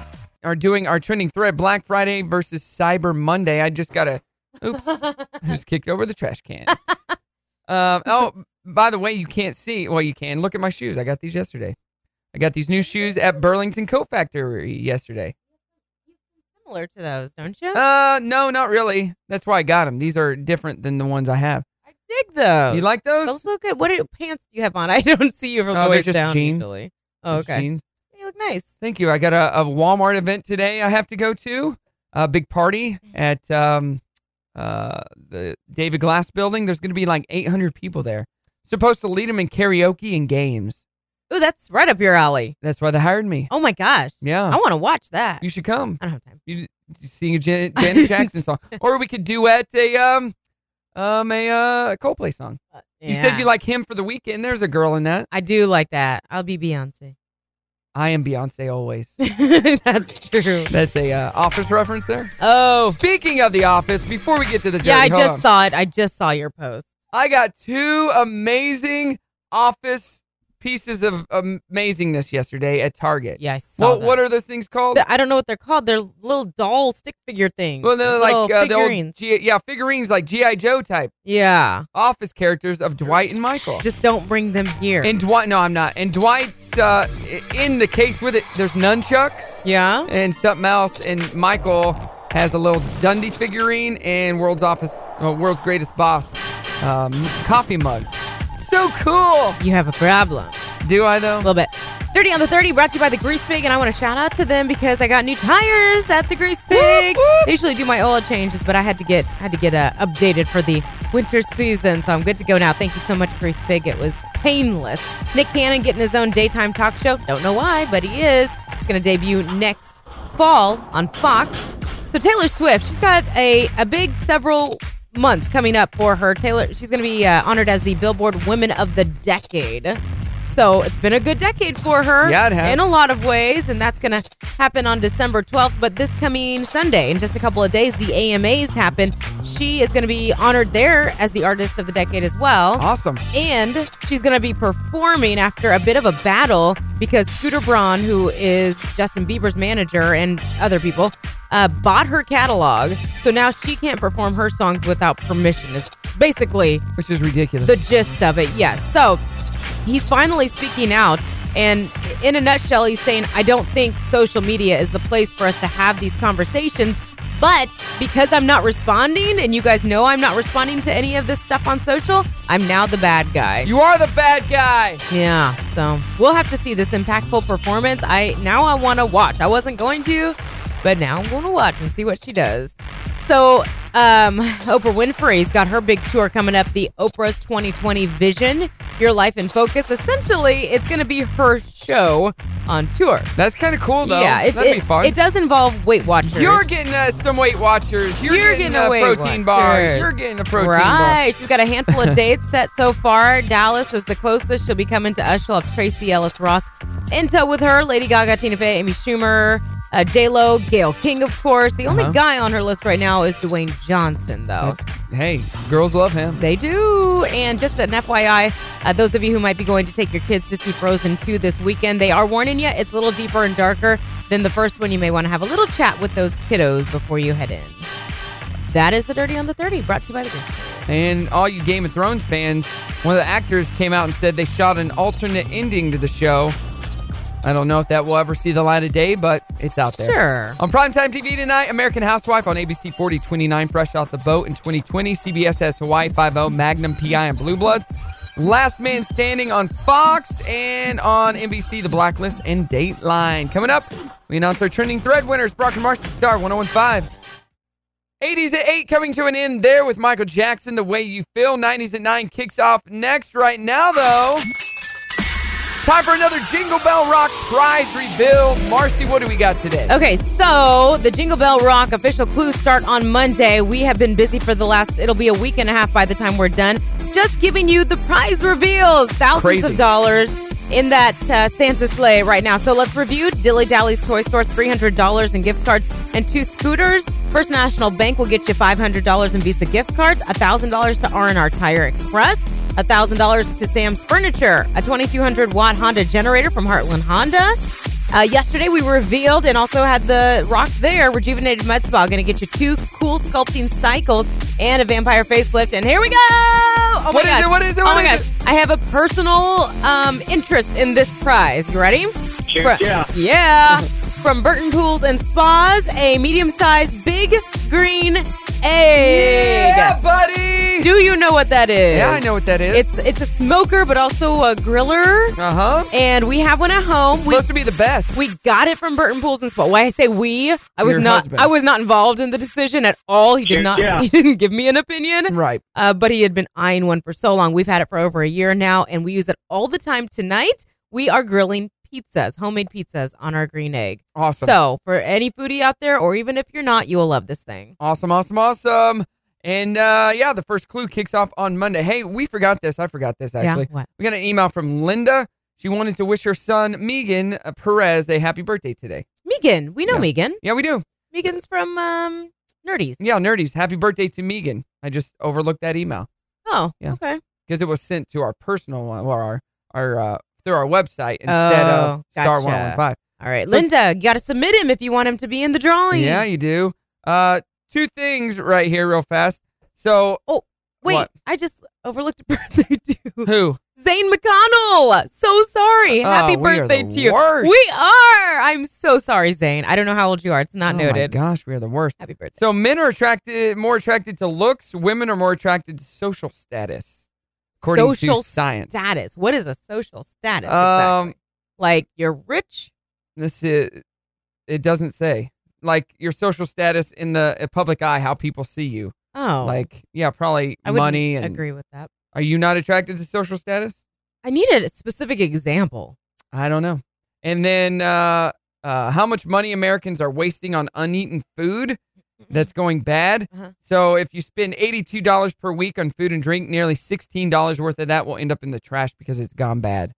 Speaker 7: are doing our trending thread Black Friday versus Cyber Monday. I just got a. Oops. I just kicked over the trash can. Um, oh, by the way, you can't see. Well, you can. Look at my shoes. I got these yesterday. I got these new shoes at Burlington Coat Factory yesterday.
Speaker 8: Similar to those, don't you?
Speaker 7: Uh, no, not really. That's why I got them. These are different than the ones I have.
Speaker 8: Dig those.
Speaker 7: You like Oh. those?
Speaker 8: Those look good. What are- pants do you have on? I don't see you from
Speaker 7: Oh,
Speaker 8: the
Speaker 7: they're
Speaker 8: waist
Speaker 7: just
Speaker 8: down.
Speaker 7: jeans.
Speaker 8: usually. Oh,
Speaker 7: Just
Speaker 8: okay.
Speaker 7: jeans.
Speaker 8: They look nice.
Speaker 7: Thank you. I got a, a Walmart event today I have to go to. A big party at um, uh, the David Glass building. There's going to be like 800 people there. Supposed to lead them in karaoke and games.
Speaker 8: Ooh, that's right up your alley.
Speaker 7: That's why they hired me.
Speaker 8: Oh my gosh.
Speaker 7: Yeah.
Speaker 8: I want to watch that.
Speaker 7: You should come.
Speaker 8: I don't have time.
Speaker 7: You, you sing a Jan- Janet Jackson song, or we could duet a um um a uh, Coldplay song. You said
Speaker 8: yeah.
Speaker 7: you like him for the weekend. There's a girl in that.
Speaker 8: I do like that. I'll be Beyonce.
Speaker 7: I am Beyonce always.
Speaker 8: That's true.
Speaker 7: That's a uh, office reference there.
Speaker 8: Oh.
Speaker 7: Speaking of the office, before we get to the
Speaker 8: yeah, I
Speaker 7: Jody, hold
Speaker 8: just
Speaker 7: on.
Speaker 8: saw it. I just saw your post.
Speaker 7: I got two amazing office pieces of amazingness yesterday at Target.
Speaker 8: Yeah, I saw
Speaker 7: What,
Speaker 8: that.
Speaker 7: what are those things called?
Speaker 8: I don't know what they're called. They're little doll stick figure things.
Speaker 7: Well, they're like
Speaker 8: Little
Speaker 7: uh, the old
Speaker 8: figurines.
Speaker 7: G- yeah, figurines like GI Joe type
Speaker 8: yeah.
Speaker 7: office characters of Dwight and Michael.
Speaker 8: Just don't bring them here.
Speaker 7: and Dwight, no, I'm not. And Dwight's uh, i- in the case with it. There's nunchucks
Speaker 8: yeah.
Speaker 7: and something else, and Michael has a little Dundee figurine and world's office, uh, world's greatest boss um, coffee mug. So cool.
Speaker 8: You have a problem.
Speaker 7: Do I though? A
Speaker 8: little bit. 30 on the 30 brought to you by the Grease Pig, and I want to shout out to them because I got new tires at the Grease Pig. They usually do my oil changes, but I had to get had to get uh, updated for the winter season, so I'm good to go now. Thank you so much, Grease Pig. It was painless. Nick Cannon getting his own daytime talk show. Don't know why, but he is. It's going to debut next fall on Fox. So Taylor Swift, she's got a a big several months coming up for her. Taylor, she's going to be uh, honored as the Billboard Women of the Decade. So it's been a good decade for her
Speaker 7: Yeah, it has.
Speaker 8: in a lot of ways, and that's going to happen on December 12th. But this coming Sunday, in just a couple of days, the AMAs happen. She is going to be honored there as the artist of the decade as well.
Speaker 7: Awesome.
Speaker 8: And she's going to be performing after a bit of a battle because Scooter Braun, who is Justin Bieber's manager and other people, uh, bought her catalog. So now she can't perform her songs without permission. Is basically
Speaker 7: Which is ridiculous.
Speaker 8: the gist of it, yes. So he's finally speaking out. And in a nutshell, he's saying, I don't think social media is the place for us to have these conversations. But because I'm not responding, and you guys know I'm not responding to any of this stuff on social, I'm now the bad guy.
Speaker 7: you are the bad guy.
Speaker 8: yeah, so we'll have to see this impactful performance. I now I want to watch. I wasn't going to, but now I'm going to watch and see what she does. So, um, Oprah Winfrey's got her big tour coming up, the Oprah's 2020 Vision, Your Life in Focus. Essentially, it's going to be her show on tour.
Speaker 7: That's kind of cool though.
Speaker 8: yeah, it,
Speaker 7: that'd
Speaker 8: it,
Speaker 7: be fun.
Speaker 8: it does involve Weight Watchers.
Speaker 7: You're getting uh, some Weight Watchers. You're,
Speaker 8: You're
Speaker 7: getting,
Speaker 8: getting a
Speaker 7: a
Speaker 8: Weight
Speaker 7: protein bar.
Speaker 8: Watchers.
Speaker 7: You're getting a protein
Speaker 8: right.
Speaker 7: bar.
Speaker 8: She's got a handful of dates set so far. Dallas is the closest. She'll be coming to us. She'll have Tracy Ellis Ross in tow with her. Lady Gaga, Tina Fey, Amy Schumer, uh, J Lo, Gail King, of course. The only
Speaker 7: Uh-huh.
Speaker 8: guy on her list right now is Dwayne Johnson, though.
Speaker 7: That's- hey, girls love him.
Speaker 8: They do. And just an FYI, uh, those of you who might be going to take your kids to see Frozen 2 this weekend, they are warning you it's a little deeper and darker than the first one. You may want to have a little chat with those kiddos before you head in. That is the Dirty on the 30, brought to you by the Green.
Speaker 7: And all you Game of Thrones fans, one of the actors came out and said they shot an alternate ending to the show. I don't know if that will ever see the light of day, but it's out there.
Speaker 8: Sure.
Speaker 7: On primetime TV tonight, American Housewife on ABC 4029, Fresh Off the Boat in 2020. CBS has Hawaii 5 Magnum PI, and Blue Bloods. Last Man Standing on Fox and on NBC, The Blacklist and Dateline. Coming up, we announce our trending thread winners. Brock and Marcy oh Star 1015. 80s at 8 coming to an end there with Michael Jackson, The Way You Feel. 90s at 9 kicks off next. Right now, though, time for another Jingle Bell Rock prize reveal. Marcy, what do we got today?
Speaker 8: Okay, so the Jingle Bell Rock official clues start on Monday. We have been busy for the last, it'll be a week and a half by the time we're done, just giving you the prize reveals. Thousands
Speaker 7: Crazy.
Speaker 8: of dollars in that uh, Santa sleigh right now. So let's review Dilly Dally's Toy Store, $300 in gift cards and two scooters. First National Bank will get you $500 in Visa gift cards, $1,000 to R&R Tire Express. $1,000 to Sam's Furniture, a 2200 watt Honda generator from Heartland Honda. Uh, yesterday, we revealed and also had the Rock There Rejuvenated Mud Spa. Going to get you two cool sculpting cycles and a vampire facelift. And here we go! Oh
Speaker 7: What
Speaker 8: my
Speaker 7: is
Speaker 8: gosh.
Speaker 7: it? What is it?
Speaker 8: Oh
Speaker 7: What
Speaker 8: my
Speaker 7: is
Speaker 8: gosh. I have a personal um, interest in this prize. You ready?
Speaker 13: Sure,
Speaker 8: Fro-
Speaker 13: yeah.
Speaker 8: Yeah.
Speaker 7: Mm-hmm.
Speaker 8: From Burton Pools and Spas, a medium sized big green egg.
Speaker 7: Yeah, buddy!
Speaker 8: Do you know what that is?
Speaker 7: Yeah, I know what that is.
Speaker 8: It's it's a smoker, but also a griller.
Speaker 7: Uh huh.
Speaker 8: And we have one at home. We,
Speaker 7: Supposed to be the best.
Speaker 8: we got it from Burton Pools and Spa. Why I say we? I was
Speaker 7: Your
Speaker 8: not
Speaker 7: husband.
Speaker 8: I was not involved in the decision at all. He did not.
Speaker 7: Yeah.
Speaker 8: He didn't give me an opinion.
Speaker 7: Right.
Speaker 8: Uh, but he had been eyeing one for so long. We've had it for over a year now, and we use it all the time. Tonight we are grilling pizzas, homemade pizzas on our green egg.
Speaker 7: Awesome.
Speaker 8: So for any foodie out there, or even if you're not, you will love this thing.
Speaker 7: Awesome, awesome, awesome. And uh, yeah, the first clue kicks off on Monday. Hey, we forgot this. I forgot this
Speaker 8: Yeah,
Speaker 7: actually.
Speaker 8: what?
Speaker 7: We got an email from Linda. She wanted to wish her son Megan uh, Perez a happy birthday today.
Speaker 8: Megan, we know Megan.
Speaker 7: Yeah, we do.
Speaker 8: Megan's from um, Nerdies.
Speaker 7: Yeah, Nerdies. Happy birthday to Megan. I just overlooked that email
Speaker 8: Oh,
Speaker 7: Yeah.
Speaker 8: okay.
Speaker 7: because it was sent to our personal one or our our uh, through our website instead of
Speaker 8: Oh,
Speaker 7: Star
Speaker 8: gotcha.
Speaker 7: One One Five.
Speaker 8: All right,
Speaker 7: So-
Speaker 8: Linda, you got to submit him if you want him to be in the drawing.
Speaker 7: Yeah, you do. Uh, two things right here, real fast. So,
Speaker 8: oh Wait,
Speaker 7: What?
Speaker 8: I just overlooked a birthday too.
Speaker 7: who?
Speaker 8: Zane McConnell. So sorry.
Speaker 7: Oh,
Speaker 8: Happy
Speaker 7: we are
Speaker 8: birthday
Speaker 7: the
Speaker 8: to you.
Speaker 7: worst.
Speaker 8: We are. I'm so sorry, Zane. I don't know how old you are. It's not
Speaker 7: Oh my
Speaker 8: noted.
Speaker 7: gosh, we are the worst.
Speaker 8: Happy birthday.
Speaker 7: So men are attracted more attracted to looks. Women are more attracted to social status, according
Speaker 8: social
Speaker 7: to science.
Speaker 8: status. What is a social status?
Speaker 7: Um,
Speaker 8: exactly? Like you're rich.
Speaker 7: This is. It doesn't say like your social status in the uh, public eye, how people see you.
Speaker 8: Oh,
Speaker 7: Like yeah, probably
Speaker 8: I wouldn't
Speaker 7: money and.
Speaker 8: agree with that.
Speaker 7: Are you not attracted to social status?
Speaker 8: I needed a specific example.
Speaker 7: I don't know. And then uh, uh, how much money Americans are wasting on uneaten food that's going bad.
Speaker 8: Uh-huh.
Speaker 7: So if you spend $82 per week on food and drink, nearly $16 worth of that will end up in the trash because it's gone bad.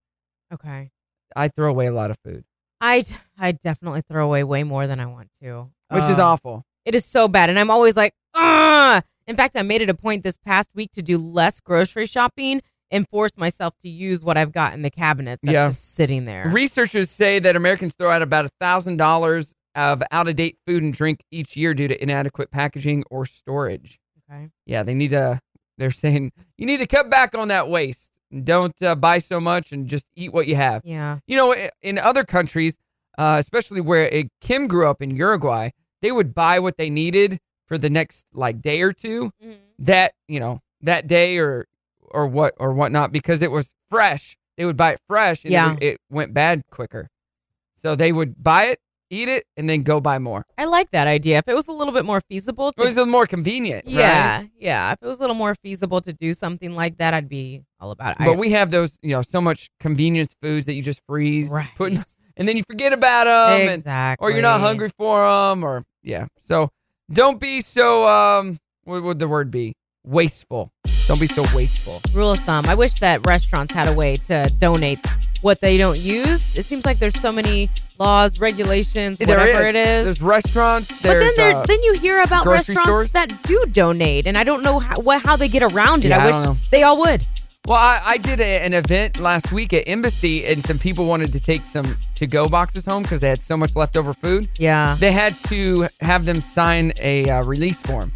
Speaker 8: Okay.
Speaker 7: I throw away a lot of food,
Speaker 8: I I definitely throw away way more than I want to,
Speaker 7: which is
Speaker 8: Uh,
Speaker 7: awful.
Speaker 8: It is so bad, and I'm always like, ah. In fact, I made it a point this past week to do less grocery shopping and force myself to use what I've got in the cabinet that's
Speaker 7: Yeah.
Speaker 8: just sitting there.
Speaker 7: Researchers say that Americans throw out about $1,000 of out of date food and drink each year due to inadequate packaging or storage.
Speaker 8: okay.
Speaker 7: yeah, they need to. They're saying you need to cut back on that waste. Don't uh, buy so much and just eat what you have.
Speaker 8: Yeah.
Speaker 7: You know, i- in other countries, uh, especially where uh Kim grew up in Uruguay, they would buy what they needed for the next like day or 2
Speaker 8: Mm-hmm.
Speaker 7: That you know that day or or what or whatnot because it was fresh. They would buy it fresh and it
Speaker 8: Yeah.
Speaker 7: would- it went bad quicker. So they would buy it, eat it, and then go buy more.
Speaker 8: I like that idea. If it was a little bit more feasible,
Speaker 7: It
Speaker 8: to,
Speaker 7: was more convenient. right?
Speaker 8: yeah, yeah. If it was a little more feasible to do something like that, I'd be all about it. I-
Speaker 7: But we have those, you know, so much convenience foods that you just freeze,
Speaker 8: Right.
Speaker 7: put in- and then you forget about them,
Speaker 8: exactly.
Speaker 7: or you're not hungry for them, or yeah. So don't be so um, what would the word be? Wasteful. Don't be so wasteful.
Speaker 8: Rule of thumb. I wish that restaurants had a way to donate what they don't use. It seems like there's so many laws, regulations,
Speaker 7: There
Speaker 8: whatever it is.
Speaker 7: There's restaurants.
Speaker 8: but
Speaker 7: There's,
Speaker 8: then there,
Speaker 7: uh,
Speaker 8: then you hear about
Speaker 7: grocery
Speaker 8: restaurants
Speaker 7: stores?
Speaker 8: that do donate, and I don't know how, what, how they get around it.
Speaker 7: Yeah, I
Speaker 8: I wish
Speaker 7: don't know.
Speaker 8: they all would.
Speaker 7: Well, I, I did a, an event last week at Embassy, and some people wanted to take some to go boxes home because they had so much leftover food.
Speaker 8: Yeah.
Speaker 7: They had to have them sign a uh, release form.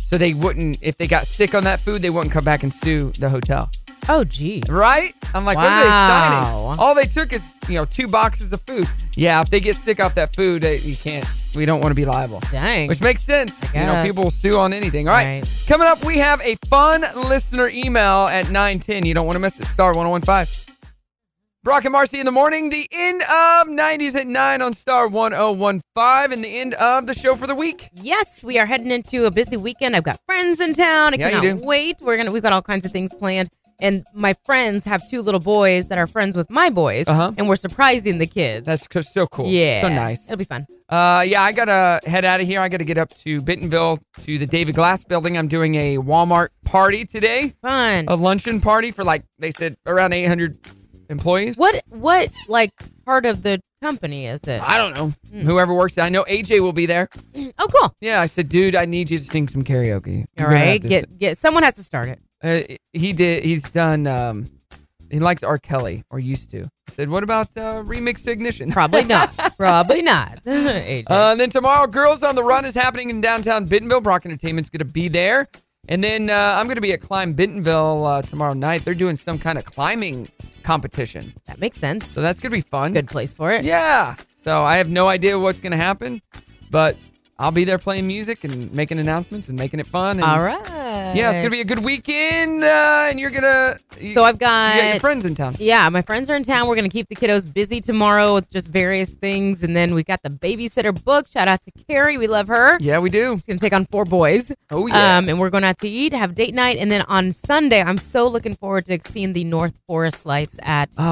Speaker 7: So they wouldn't, if they got sick on that food, they wouldn't come back and sue the hotel.
Speaker 8: Oh, gee.
Speaker 7: Right? I'm like, what are they
Speaker 8: Wow.
Speaker 7: signing? All they took is, you know, two boxes of food. Yeah, if they get sick off that food, uh, you can't, we don't want to be liable.
Speaker 8: Dang.
Speaker 7: Which makes sense.
Speaker 8: I
Speaker 7: You know,
Speaker 8: guess.
Speaker 7: people will sue on anything. All right.
Speaker 8: Right.
Speaker 7: Coming up, we have a fun listener email at 910. You don't want to miss it. Star 1015. Brock and Marcy in the morning, the end of 90s at 9 on Star 1015, and the end of the show for the week.
Speaker 8: Yes, we are heading into a busy weekend. I've got friends in town. I
Speaker 7: Yeah, you
Speaker 8: cannot
Speaker 7: do.
Speaker 8: wait. We're gonna we've got all kinds of things planned. And my friends have two little boys that are friends with my boys,
Speaker 7: Uh-huh.
Speaker 8: and we're surprising the kids.
Speaker 7: That's c- so cool.
Speaker 8: Yeah,
Speaker 7: So nice.
Speaker 8: It'll be fun.
Speaker 7: Uh, yeah, I gotta head out of here. I gotta get up to Bentonville to the David Glass building. I'm doing a Walmart party today,
Speaker 8: Fun.
Speaker 7: a luncheon party for like, they said around 800 employees.
Speaker 8: What what like part of the company is it?
Speaker 7: I don't know.
Speaker 8: Hmm.
Speaker 7: Whoever works there. I know AJ will be there.
Speaker 8: Oh, cool.
Speaker 7: Yeah, I said, dude, I need you to sing some karaoke.
Speaker 8: All
Speaker 7: You're gonna
Speaker 8: right,
Speaker 7: have to
Speaker 8: get get someone has to start it.
Speaker 7: Uh, he did. He's done. Um, he likes R. Kelly or used to. I said, what about uh, remix ignition?
Speaker 8: Probably not. Probably not. AJ.
Speaker 7: Uh, and then tomorrow, Girls on the Run is happening in downtown Bentonville. Brock Entertainment's going to be there. And then uh, I'm going to be at Climb Bentonville uh, tomorrow night. They're doing some kind of climbing competition.
Speaker 8: that makes sense.
Speaker 7: So that's going to be fun.
Speaker 8: Good place for it.
Speaker 7: Yeah. So I have no idea what's going to happen, but I'll be there playing music and making announcements and making it fun. And
Speaker 8: All right.
Speaker 7: Yeah, it's gonna be a good weekend, uh, and you're gonna. You,
Speaker 8: So I've got,
Speaker 7: you got your friends in town.
Speaker 8: Yeah, my friends are in town. We're gonna keep the kiddos busy tomorrow with just various things, and then we got the babysitter booked. Shout out to Carrie, we love her.
Speaker 7: Yeah, we do.
Speaker 8: She's gonna take on four boys.
Speaker 7: Oh yeah.
Speaker 8: Um, and we're going out to eat, have date night, and then on Sunday, I'm so looking forward to seeing the North Forest lights at Crystal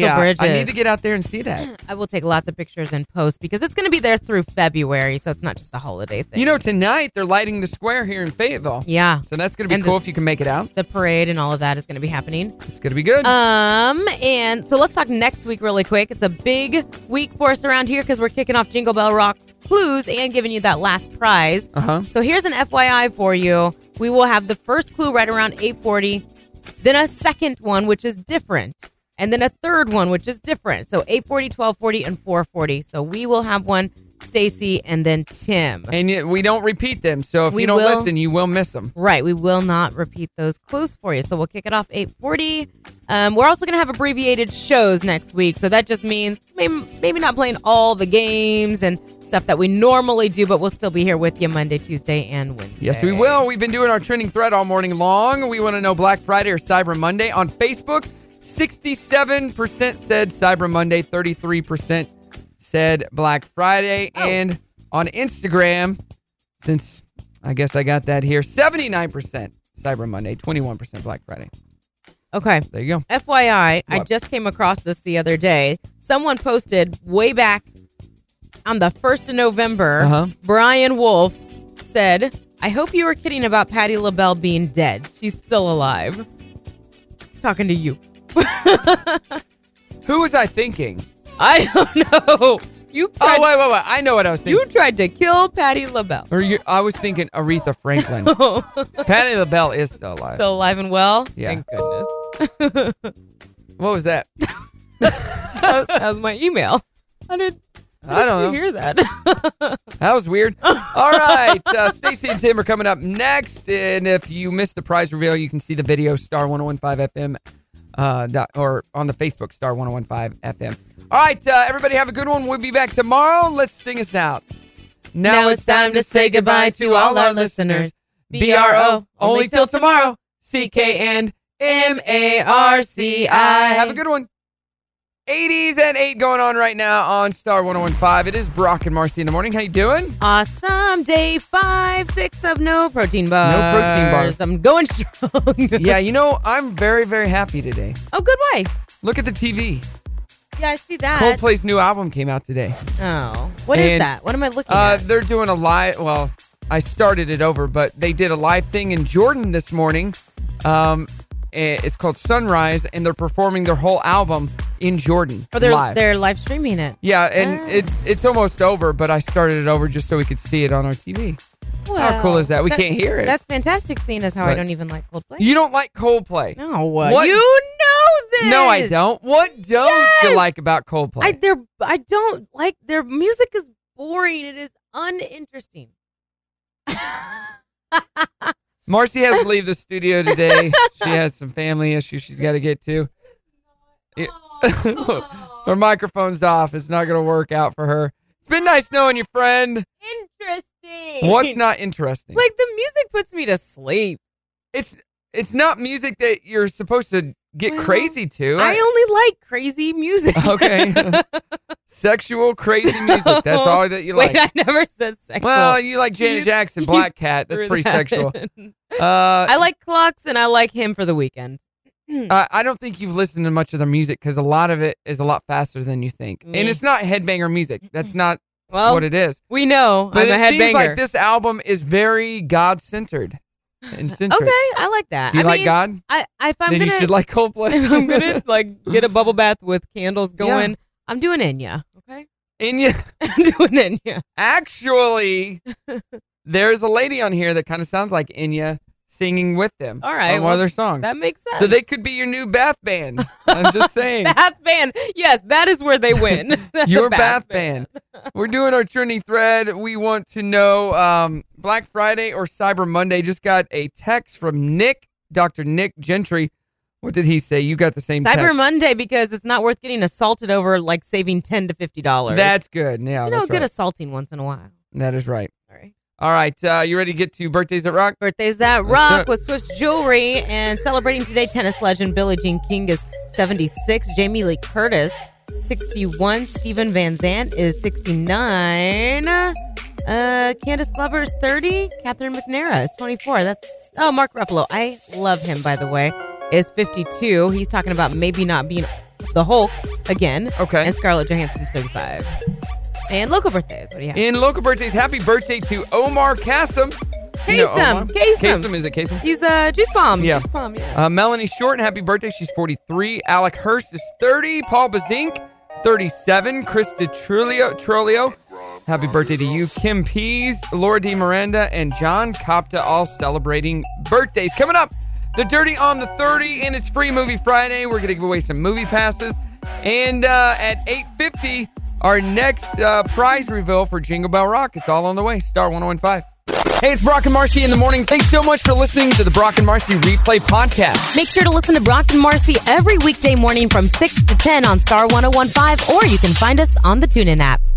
Speaker 7: yeah, Oh, I
Speaker 8: Bridges.
Speaker 7: need to get out there and see that.
Speaker 8: I will take lots of pictures and post because it's going to be there through February, so it's not just a holiday thing.
Speaker 7: You know, tonight they're lighting the square here in Fayetteville.
Speaker 8: Yeah.
Speaker 7: So that's gonna be
Speaker 8: And
Speaker 7: cool
Speaker 8: the-
Speaker 7: if you can make it out.
Speaker 8: The parade and all of that is going to be happening.
Speaker 7: It's gonna be good.
Speaker 8: Um, and so let's talk next week really quick. It's a big week for us around here because we're kicking off Jingle Bell Rocks clues and giving you that last prize.
Speaker 7: Uh-huh.
Speaker 8: So here's an FYI for you. We will have the first clue right around 840, then a second one, which is different, and then a third one, which is different. So 840, 1240, and 440. So we will have one, Stacy, and then Tim.
Speaker 7: and yet we don't repeat them, so if
Speaker 8: We
Speaker 7: you don't
Speaker 8: will-
Speaker 7: listen, you will miss them.
Speaker 8: Right. We will not repeat those clues for you. So we'll kick it off 840. Um, we're also going to have abbreviated shows next week. So that just means maybe, maybe not playing all the games and stuff that we normally do, but we'll still be here with you Monday, Tuesday, and Wednesday.
Speaker 7: Yes, we will. We've been doing our trending thread all morning long. We want to know Black Friday or Cyber Monday on Facebook. 67% said Cyber Monday, 33% said Black Friday.
Speaker 8: Oh.
Speaker 7: And on Instagram, since I guess I got that here, 79% Cyber Monday, 21% Black Friday.
Speaker 8: Okay.
Speaker 7: There you go.
Speaker 8: FYI, I just came across this the other day. Someone posted way back on the 1st of November.
Speaker 7: Uh-huh.
Speaker 8: Brian Wolf said, I hope you were kidding about Patty LaBelle being dead. She's still alive. Talking to you.
Speaker 7: Who was I thinking?
Speaker 8: I don't know. You
Speaker 7: Oh, wait, wait, wait. I know what I was thinking.
Speaker 8: You tried to kill Patty LaBelle.
Speaker 7: or you, I was thinking Aretha Franklin. Patty LaBelle is still alive.
Speaker 8: Still alive and well?
Speaker 7: Yeah.
Speaker 8: Thank goodness.
Speaker 7: what was that?
Speaker 8: that was my email. How did, how
Speaker 7: I
Speaker 8: did
Speaker 7: don't
Speaker 8: you
Speaker 7: know.
Speaker 8: hear that?
Speaker 7: That was weird. All right. Uh, Stacy and Tim are coming up next. And if you missed the prize reveal, you can see the video star1015fm uh, dot, or on the Facebook star1015fm. All right. Uh, everybody have a good one. We'll be back tomorrow. Let's sing us out. Now, it's time to say goodbye to all our listeners. BRO, only till tomorrow. CK and M A R C I. Have a good one. 80s and 8 going on right now on Star 1015. It is Brock and Marcy in the morning. How you doing?
Speaker 8: Awesome. Day five, six of no protein bars.
Speaker 7: No protein bars.
Speaker 8: I'm going strong.
Speaker 7: yeah, you know, I'm very, very happy today.
Speaker 8: Oh, good way.
Speaker 7: Look at the TV.
Speaker 8: Yeah, I see that.
Speaker 7: Coldplay's new album came out today.
Speaker 8: Oh, what is
Speaker 7: And,
Speaker 8: that? What am I looking
Speaker 7: Uh,
Speaker 8: at?
Speaker 7: they're doing a live, well, I started it over, but they did a live thing in Jordan this morning. Um, eh, it's called Sunrise, and they're performing their whole album in Jordan.
Speaker 8: Or Oh, they're
Speaker 7: live.
Speaker 8: they're live streaming it.
Speaker 7: yeah, and it's it's almost over, but I started it over just so we could see it on our TV. How cool
Speaker 8: Well,
Speaker 7: is that? We can't hear it.
Speaker 8: That's fantastic. Seeing as how I
Speaker 7: Right.
Speaker 8: don't even like Coldplay.
Speaker 7: You don't like Coldplay.
Speaker 8: No,
Speaker 7: What?
Speaker 8: you know this.
Speaker 7: No, I don't. What don't you
Speaker 8: Yes!
Speaker 7: like about Coldplay?
Speaker 8: I they're I don't like their music is boring. It is uninteresting.
Speaker 7: Marcy has to leave the studio today. she has some family issues she's got to get to. It- her microphone's off. It's not going to work out for her. It's been nice knowing you, friend.
Speaker 8: Interesting.
Speaker 7: What's not interesting?
Speaker 8: like the music puts me to sleep.
Speaker 7: It's it's not music that you're supposed to get
Speaker 8: Well,
Speaker 7: crazy to.
Speaker 8: I only like crazy music.
Speaker 7: okay. Sexual crazy music. That's all that you like.
Speaker 8: Wait, I never said sexual.
Speaker 7: Well, you like Janet Jackson, Black Cat. That's
Speaker 8: threw
Speaker 7: pretty
Speaker 8: that
Speaker 7: sexual.
Speaker 8: in.
Speaker 7: Uh,
Speaker 8: I like clocks and I like him for the weekend.
Speaker 7: Uh, I don't think you've listened to much of their music because a lot of it is a lot faster than you think, and
Speaker 8: Yeah.
Speaker 7: it's not headbanger music. That's not
Speaker 8: Well,
Speaker 7: what it is.
Speaker 8: We know
Speaker 7: But it
Speaker 8: Oh. I'm a headbanger.
Speaker 7: seems like this album is very God centered and centric.
Speaker 8: okay, I like that.
Speaker 7: Do you
Speaker 8: I
Speaker 7: like
Speaker 8: mean,
Speaker 7: God?
Speaker 8: I I- if I'm
Speaker 7: then
Speaker 8: gonna
Speaker 7: you should like Coldplay.
Speaker 8: if I'm gonna like get a bubble bath with candles going,
Speaker 7: Yeah.
Speaker 8: I'm doing Enya. Okay,
Speaker 7: Enya.
Speaker 8: I'm doing Enya.
Speaker 7: Actually, there's a lady on here that kind of sounds like Enya singing with them.
Speaker 8: All right,
Speaker 7: on one
Speaker 8: well,
Speaker 7: of their songs.
Speaker 8: That makes sense.
Speaker 7: so they could be your new bath band. I'm just saying.
Speaker 8: bath band. Yes, that is where they win. That's a
Speaker 7: your bath band. We're doing our trending thread. We want to know um, Black Friday or Cyber Monday. Just got a text from Nick, Dr. Nick Gentry. What did he say? You got the same
Speaker 8: Cyber
Speaker 7: text.
Speaker 8: Monday because it's not worth getting assaulted over like saving ten to fifty dollars.
Speaker 7: That's good. Yeah,
Speaker 8: you know,
Speaker 7: that's
Speaker 8: good
Speaker 7: right.
Speaker 8: assaulting once in a while.
Speaker 7: that is right.
Speaker 8: All right.
Speaker 7: All right, uh, you ready to get to birthdays that rock?
Speaker 8: Birthdays that
Speaker 7: Let's do
Speaker 8: rock
Speaker 7: it.
Speaker 8: with Swift's jewelry and celebrating today. Tennis legend Billie Jean King is 76. Jamie Lee Curtis 61. Stephen Van Zandt is 69. Uh, Candace Glover is 30. Catherine McNara is 24. That's oh Mark Ruffalo. I love him by the way. Is 52. He's talking about maybe not being the Hulk again.
Speaker 7: Okay.
Speaker 8: And Scarlett Johansson's 35. And local birthdays. What do you have?
Speaker 7: In local birthdays, happy birthday to Omar Kasem. You know
Speaker 8: Kasem,
Speaker 7: Omar?
Speaker 8: Kasem.
Speaker 7: Kasem, is it Kasem?
Speaker 8: He's a juice bomb.
Speaker 7: Yeah.
Speaker 8: Juice bomb. Yeah.
Speaker 7: Uh, Melanie Shorten, happy birthday. She's 43. Alec Hurst is 30. Paul Bazink, 37. Krista Trulio, Trolio, happy birthday to you. Kim Pease, Laura D. Miranda, and John Copta all celebrating birthdays. Coming up, the Dirty on the 30, and it's Free Movie Friday. We're going to give away some movie passes. And uh, at 8.50, our next uh, prize reveal for Jingle Bell Rock. It's all on the way. Star 1015. Hey, it's Brock and Marcy in the morning. Thanks so much for listening to the Brock and Marcy Replay Podcast.
Speaker 8: Make sure to listen to Brock and Marcy oh every weekday morning from 6 to 10 on Star 1015, or you can find us on the TuneIn app.